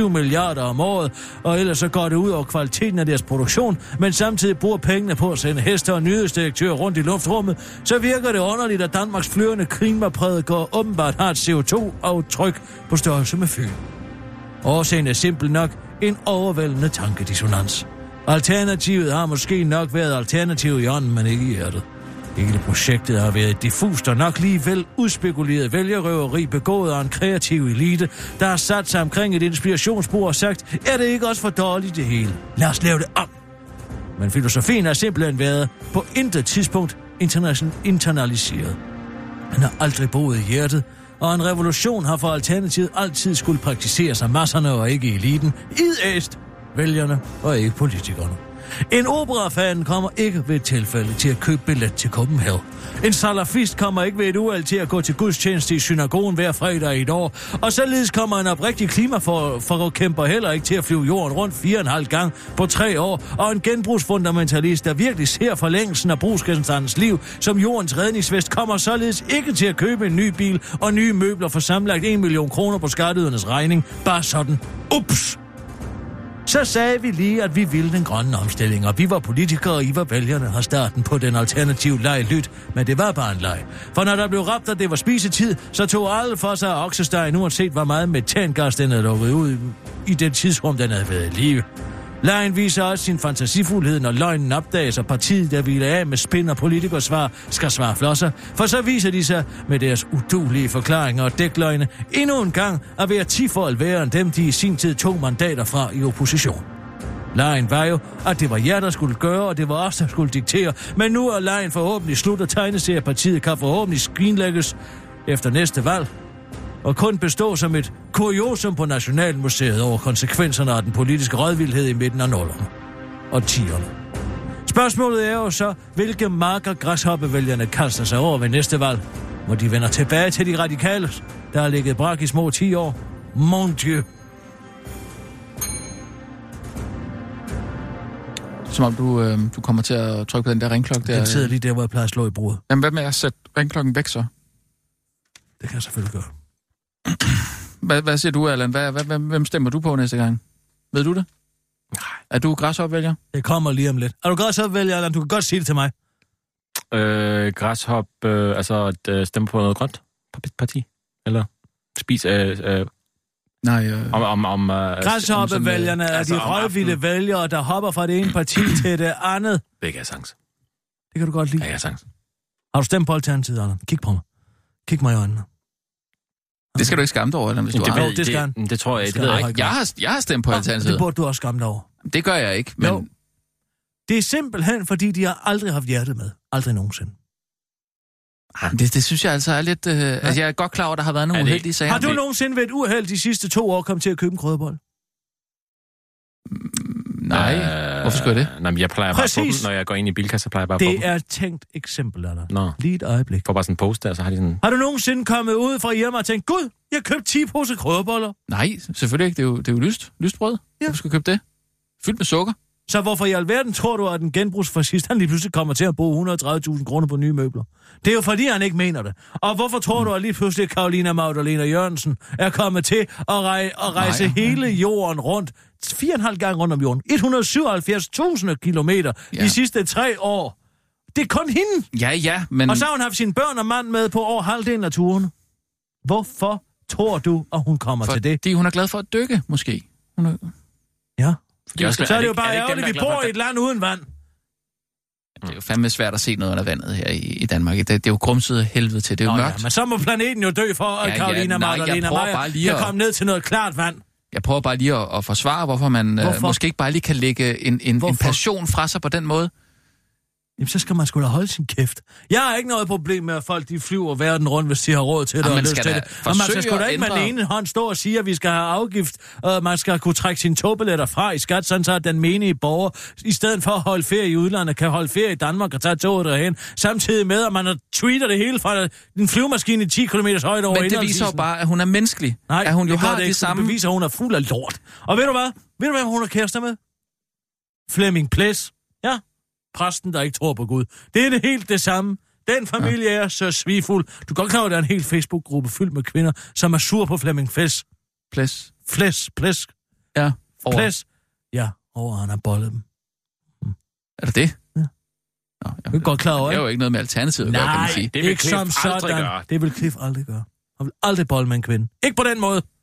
Speaker 6: 3,7 milliarder om året, og ellers så går det ud over kvaliteten af deres produktion, men samtidig bruger pengene på at sende heste og nyhedsdirektører rundt i luftrummet, så virker det underligt, at Danmarks flyvende klimaprædiker åbenbart har et CO2-aftryk på størrelse med Fyn. Årsagen er simpel nok en overvældende tankedissonans. Alternativet har måske nok været alternativ i ånden, men ikke i hjertet. Hele projektet har været et diffust og nok alligevel udspekuleret vælgerøveri begået af en kreativ elite, der har sat sig omkring et inspirationsbord og sagt, er det ikke også for dårligt det hele? Lad os lave det om. Men filosofien har simpelthen været på intet tidspunkt internation- internaliseret. Han har aldrig boet i hjertet, og en revolution har for alternativet altid skulle praktiseres af masserne og ikke eliten, idæst vælgerne og ikke politikerne. En operafan kommer ikke ved et tilfælde til at købe billet til Copenhagen. En salafist kommer ikke ved et uheld til at gå til gudstjeneste i synagogen hver fredag i et år. Og således kommer en oprigtig klimaforkæmper heller ikke til at flyve jorden rundt fire og en halv gang på tre år. Og en genbrugsfundamentalist, der virkelig ser forlængelsen af brugsgenstandens liv som jordens redningsvest, kommer således ikke til at købe en ny bil og nye møbler for samlet 1 million kroner på skatteydernes regning. Bare sådan. Ups! Så sagde vi lige, at vi ville den grønne omstilling, og vi var politikere, og I var vælgerne, har starten på den alternative leg lyt, men det var bare en leg. For når der blev ramt, at det var spisetid, så tog alle for sig af oksestegen, uanset hvor meget metangas den havde lukket ud i den tidsrum, den havde været i live. Lejen viser også sin fantasifuldhed, når løgnen opdages, og partiet, der ville af med spin og politikersvar, skal svare flosser. For så viser de sig med deres udulige forklaringer og dækløgne endnu en gang at være tifold værre end dem, de i sin tid tog mandater fra i opposition. Lejen var jo, at det var jer, der skulle gøre, og det var os, der skulle diktere. Men nu er lejen forhåbentlig slut, og tegneseriepartiet kan forhåbentlig skrinlægges efter næste valg og kun bestå som et kuriosum på Nationalmuseet over konsekvenserne af den politiske rådvildhed i midten af 0'erne og 10'erne. Spørgsmålet er jo så, hvilke marker græshoppevælgerne kaster sig over ved næste valg, hvor de vender tilbage til de radikale, der har ligget brak i små 10 år. Mon Dieu.
Speaker 4: Som om du, øh, du kommer til at trykke på den der ringklokke der.
Speaker 6: Den sidder lige der, hvor jeg plejer at slå i bordet.
Speaker 4: Jamen, hvad med at sætte ringklokken væk så?
Speaker 6: Det kan jeg selvfølgelig gøre.
Speaker 4: Hvad, hvad siger du, Allan? Hvad, hvad, hvem, hvem stemmer du på næste gang? Ved du det? Nej. Er du græsopvælger?
Speaker 6: Det kommer lige om lidt. Er du græsopvælger, eller du kan godt sige det til mig?
Speaker 7: Øh, græshop, øh, altså at øh, stemme på noget grønt Par- parti? Eller spis... Øh, øh,
Speaker 4: Nej, øh...
Speaker 7: om, om, om, øh,
Speaker 6: Græshoppevælgerne er de røvvilde vælgere, der hopper fra det ene parti til det andet.
Speaker 7: Det kan jeg sagtens.
Speaker 6: Det kan du godt lide.
Speaker 7: Det kan jeg sagtens.
Speaker 6: Har du stemt på alternativet, Allan? Kig på mig. Kig mig i øjnene.
Speaker 4: Det skal du ikke skamme dig over, Allan, hvis du
Speaker 6: Det
Speaker 4: har.
Speaker 6: ved-
Speaker 4: Jo,
Speaker 6: det skal han.
Speaker 7: det, det tror jeg, det,
Speaker 6: Skal
Speaker 7: det ved jeg
Speaker 6: han
Speaker 7: ikke.
Speaker 4: Jeg har, jeg har stemt på
Speaker 6: Det
Speaker 4: Alternativet.
Speaker 6: burde du også skamme dig over.
Speaker 4: Det gør jeg ikke, men...
Speaker 6: Jo. Det er simpelthen, fordi de har aldrig haft hjertet med. Aldrig nogensinde.
Speaker 4: Ah, Det, det synes jeg altså er lidt... Øh, altså, jeg er godt klar over, at der har været nogle
Speaker 7: Er det-
Speaker 4: uheldige sager.
Speaker 6: Har du
Speaker 4: Det-
Speaker 6: nogensinde ved et uheld de sidste to år kommet til at købe en krødebold?
Speaker 4: Nej.
Speaker 6: Øh,
Speaker 4: Hvorfor skulle jeg det?
Speaker 7: Nej, men jeg plejer bare på
Speaker 6: Præcis.
Speaker 7: dem, når jeg går ind i Bilka, så plejer jeg bare på
Speaker 6: Det
Speaker 7: dem.
Speaker 6: er et tænkt eksempel, Allan.
Speaker 7: Nå,
Speaker 6: Lige et øjeblik.
Speaker 7: får bare sådan en post der, så har de sådan...
Speaker 6: Har du nogensinde kommet ud fra hjemme og tænkt, Gud, jeg købte 10 poser krødeboller?
Speaker 4: Nej, selvfølgelig ikke. Det er jo, det er jo lyst. Lystbrød. Ja. Hvorfor skal du købe det? Fyldt med sukker.
Speaker 6: Så hvorfor i alverden tror du, at en genbrugsfascist, han lige pludselig kommer til at bruge 130.000 kroner på nye møbler? Det er jo fordi, han ikke mener det. Og hvorfor tror du, at lige pludselig Karolina Magdalena Jørgensen er kommet til at, rej- at rejse
Speaker 4: Nej,
Speaker 6: Nej, hele jorden rundt? 4,5 gange rundt om jorden. 177.000 kilometer
Speaker 4: Ja.
Speaker 6: ja. de sidste tre år. Det er kun hende.
Speaker 4: Ja, ja, men...
Speaker 6: Og så har hun haft sine børn og mand med på over halvdelen af turen. Hvorfor tror du, at hun kommer til det? Mm.
Speaker 4: Fordi hun er glad for at dykke, måske. Hun er...
Speaker 6: Ja.
Speaker 7: Det er også-
Speaker 6: Så er det jo
Speaker 7: ikke-
Speaker 6: bare
Speaker 7: ikke dem,
Speaker 6: ærgerligt,
Speaker 7: der
Speaker 6: vi
Speaker 7: er glade for
Speaker 6: bor i et land uden vand.
Speaker 4: Det er jo fandme svært at se noget under vandet her i, i Danmark. Det, det er jo grumset af helvede til. Det er jo
Speaker 6: Nå
Speaker 4: mørkt.
Speaker 6: Ja, men så må planeten jo dø for, at
Speaker 4: Ja,
Speaker 6: ja,
Speaker 4: ja,
Speaker 6: Karolina ja,
Speaker 4: nej, jeg
Speaker 6: Magdalena
Speaker 4: prøver bare lige
Speaker 6: Maja
Speaker 4: at-
Speaker 6: kan komme ned til noget klart vand.
Speaker 4: Jeg prøver bare lige at, at forsvare, hvorfor man hvorfor? Øh,
Speaker 6: Hvorfor?
Speaker 4: måske ikke bare lige kan lægge en, en, en
Speaker 6: Hvorfor?
Speaker 4: passion fra sig på den måde.
Speaker 6: Jamen, så skal man sgu da holde sin kæft. Jeg har ikke noget problem med, at folk de flyver verden rundt, hvis de har råd til det
Speaker 4: Jamen,
Speaker 6: og
Speaker 4: man
Speaker 6: lyst
Speaker 4: skal
Speaker 6: til
Speaker 4: da
Speaker 6: det. Og man skal
Speaker 4: forsøge
Speaker 6: sgu da
Speaker 4: at
Speaker 6: ikke med den
Speaker 4: ændre-
Speaker 6: ene hånd stå og sige, at vi skal have afgift, og man skal kunne trække sine togbilletter fra i skat, sådan så at den menige borger, i stedet for at holde ferie i udlandet, kan holde ferie i Danmark og tage toget derhen, samtidig med, at man tweeter det hele fra en flyvemaskine i 10 km højde over
Speaker 4: Men det viser jo
Speaker 6: indholdsisen.
Speaker 4: bare, at hun er menneskelig.
Speaker 6: Nej,
Speaker 4: at hun jo
Speaker 6: det gør
Speaker 4: har
Speaker 6: det
Speaker 4: det,
Speaker 6: ikke, for
Speaker 4: samme...
Speaker 6: Det beviser, at hun er fuld af lort. Og ved du hvad? Ved du, hvad hun er kærester med? Flemming Ples. Ja, præsten, der ikke tror på Gud. Det er det helt det samme. Den familie ja. er så svigfuld. Du kan godt klare, at der er en hel Facebook-gruppe fyldt med kvinder, som er sur på Flemming Ples.
Speaker 4: Ples.
Speaker 6: Fles, plesk,
Speaker 4: Ja, over.
Speaker 6: ples. Ja, over at han har bollet dem.
Speaker 4: Er det det?
Speaker 6: Ja.
Speaker 4: Nå,
Speaker 6: Du er
Speaker 4: jamen,
Speaker 6: godt klar over,
Speaker 4: det er
Speaker 6: ikke?
Speaker 4: jo ikke noget med alternativet at gøre, kan man sige.
Speaker 7: det vil
Speaker 6: ikke
Speaker 7: Cliff
Speaker 6: som
Speaker 7: aldrig
Speaker 6: sådan.
Speaker 7: gøre.
Speaker 6: Det vil Cliff aldrig gøre. Han vil aldrig bolle med en kvinde. Ikke på den måde.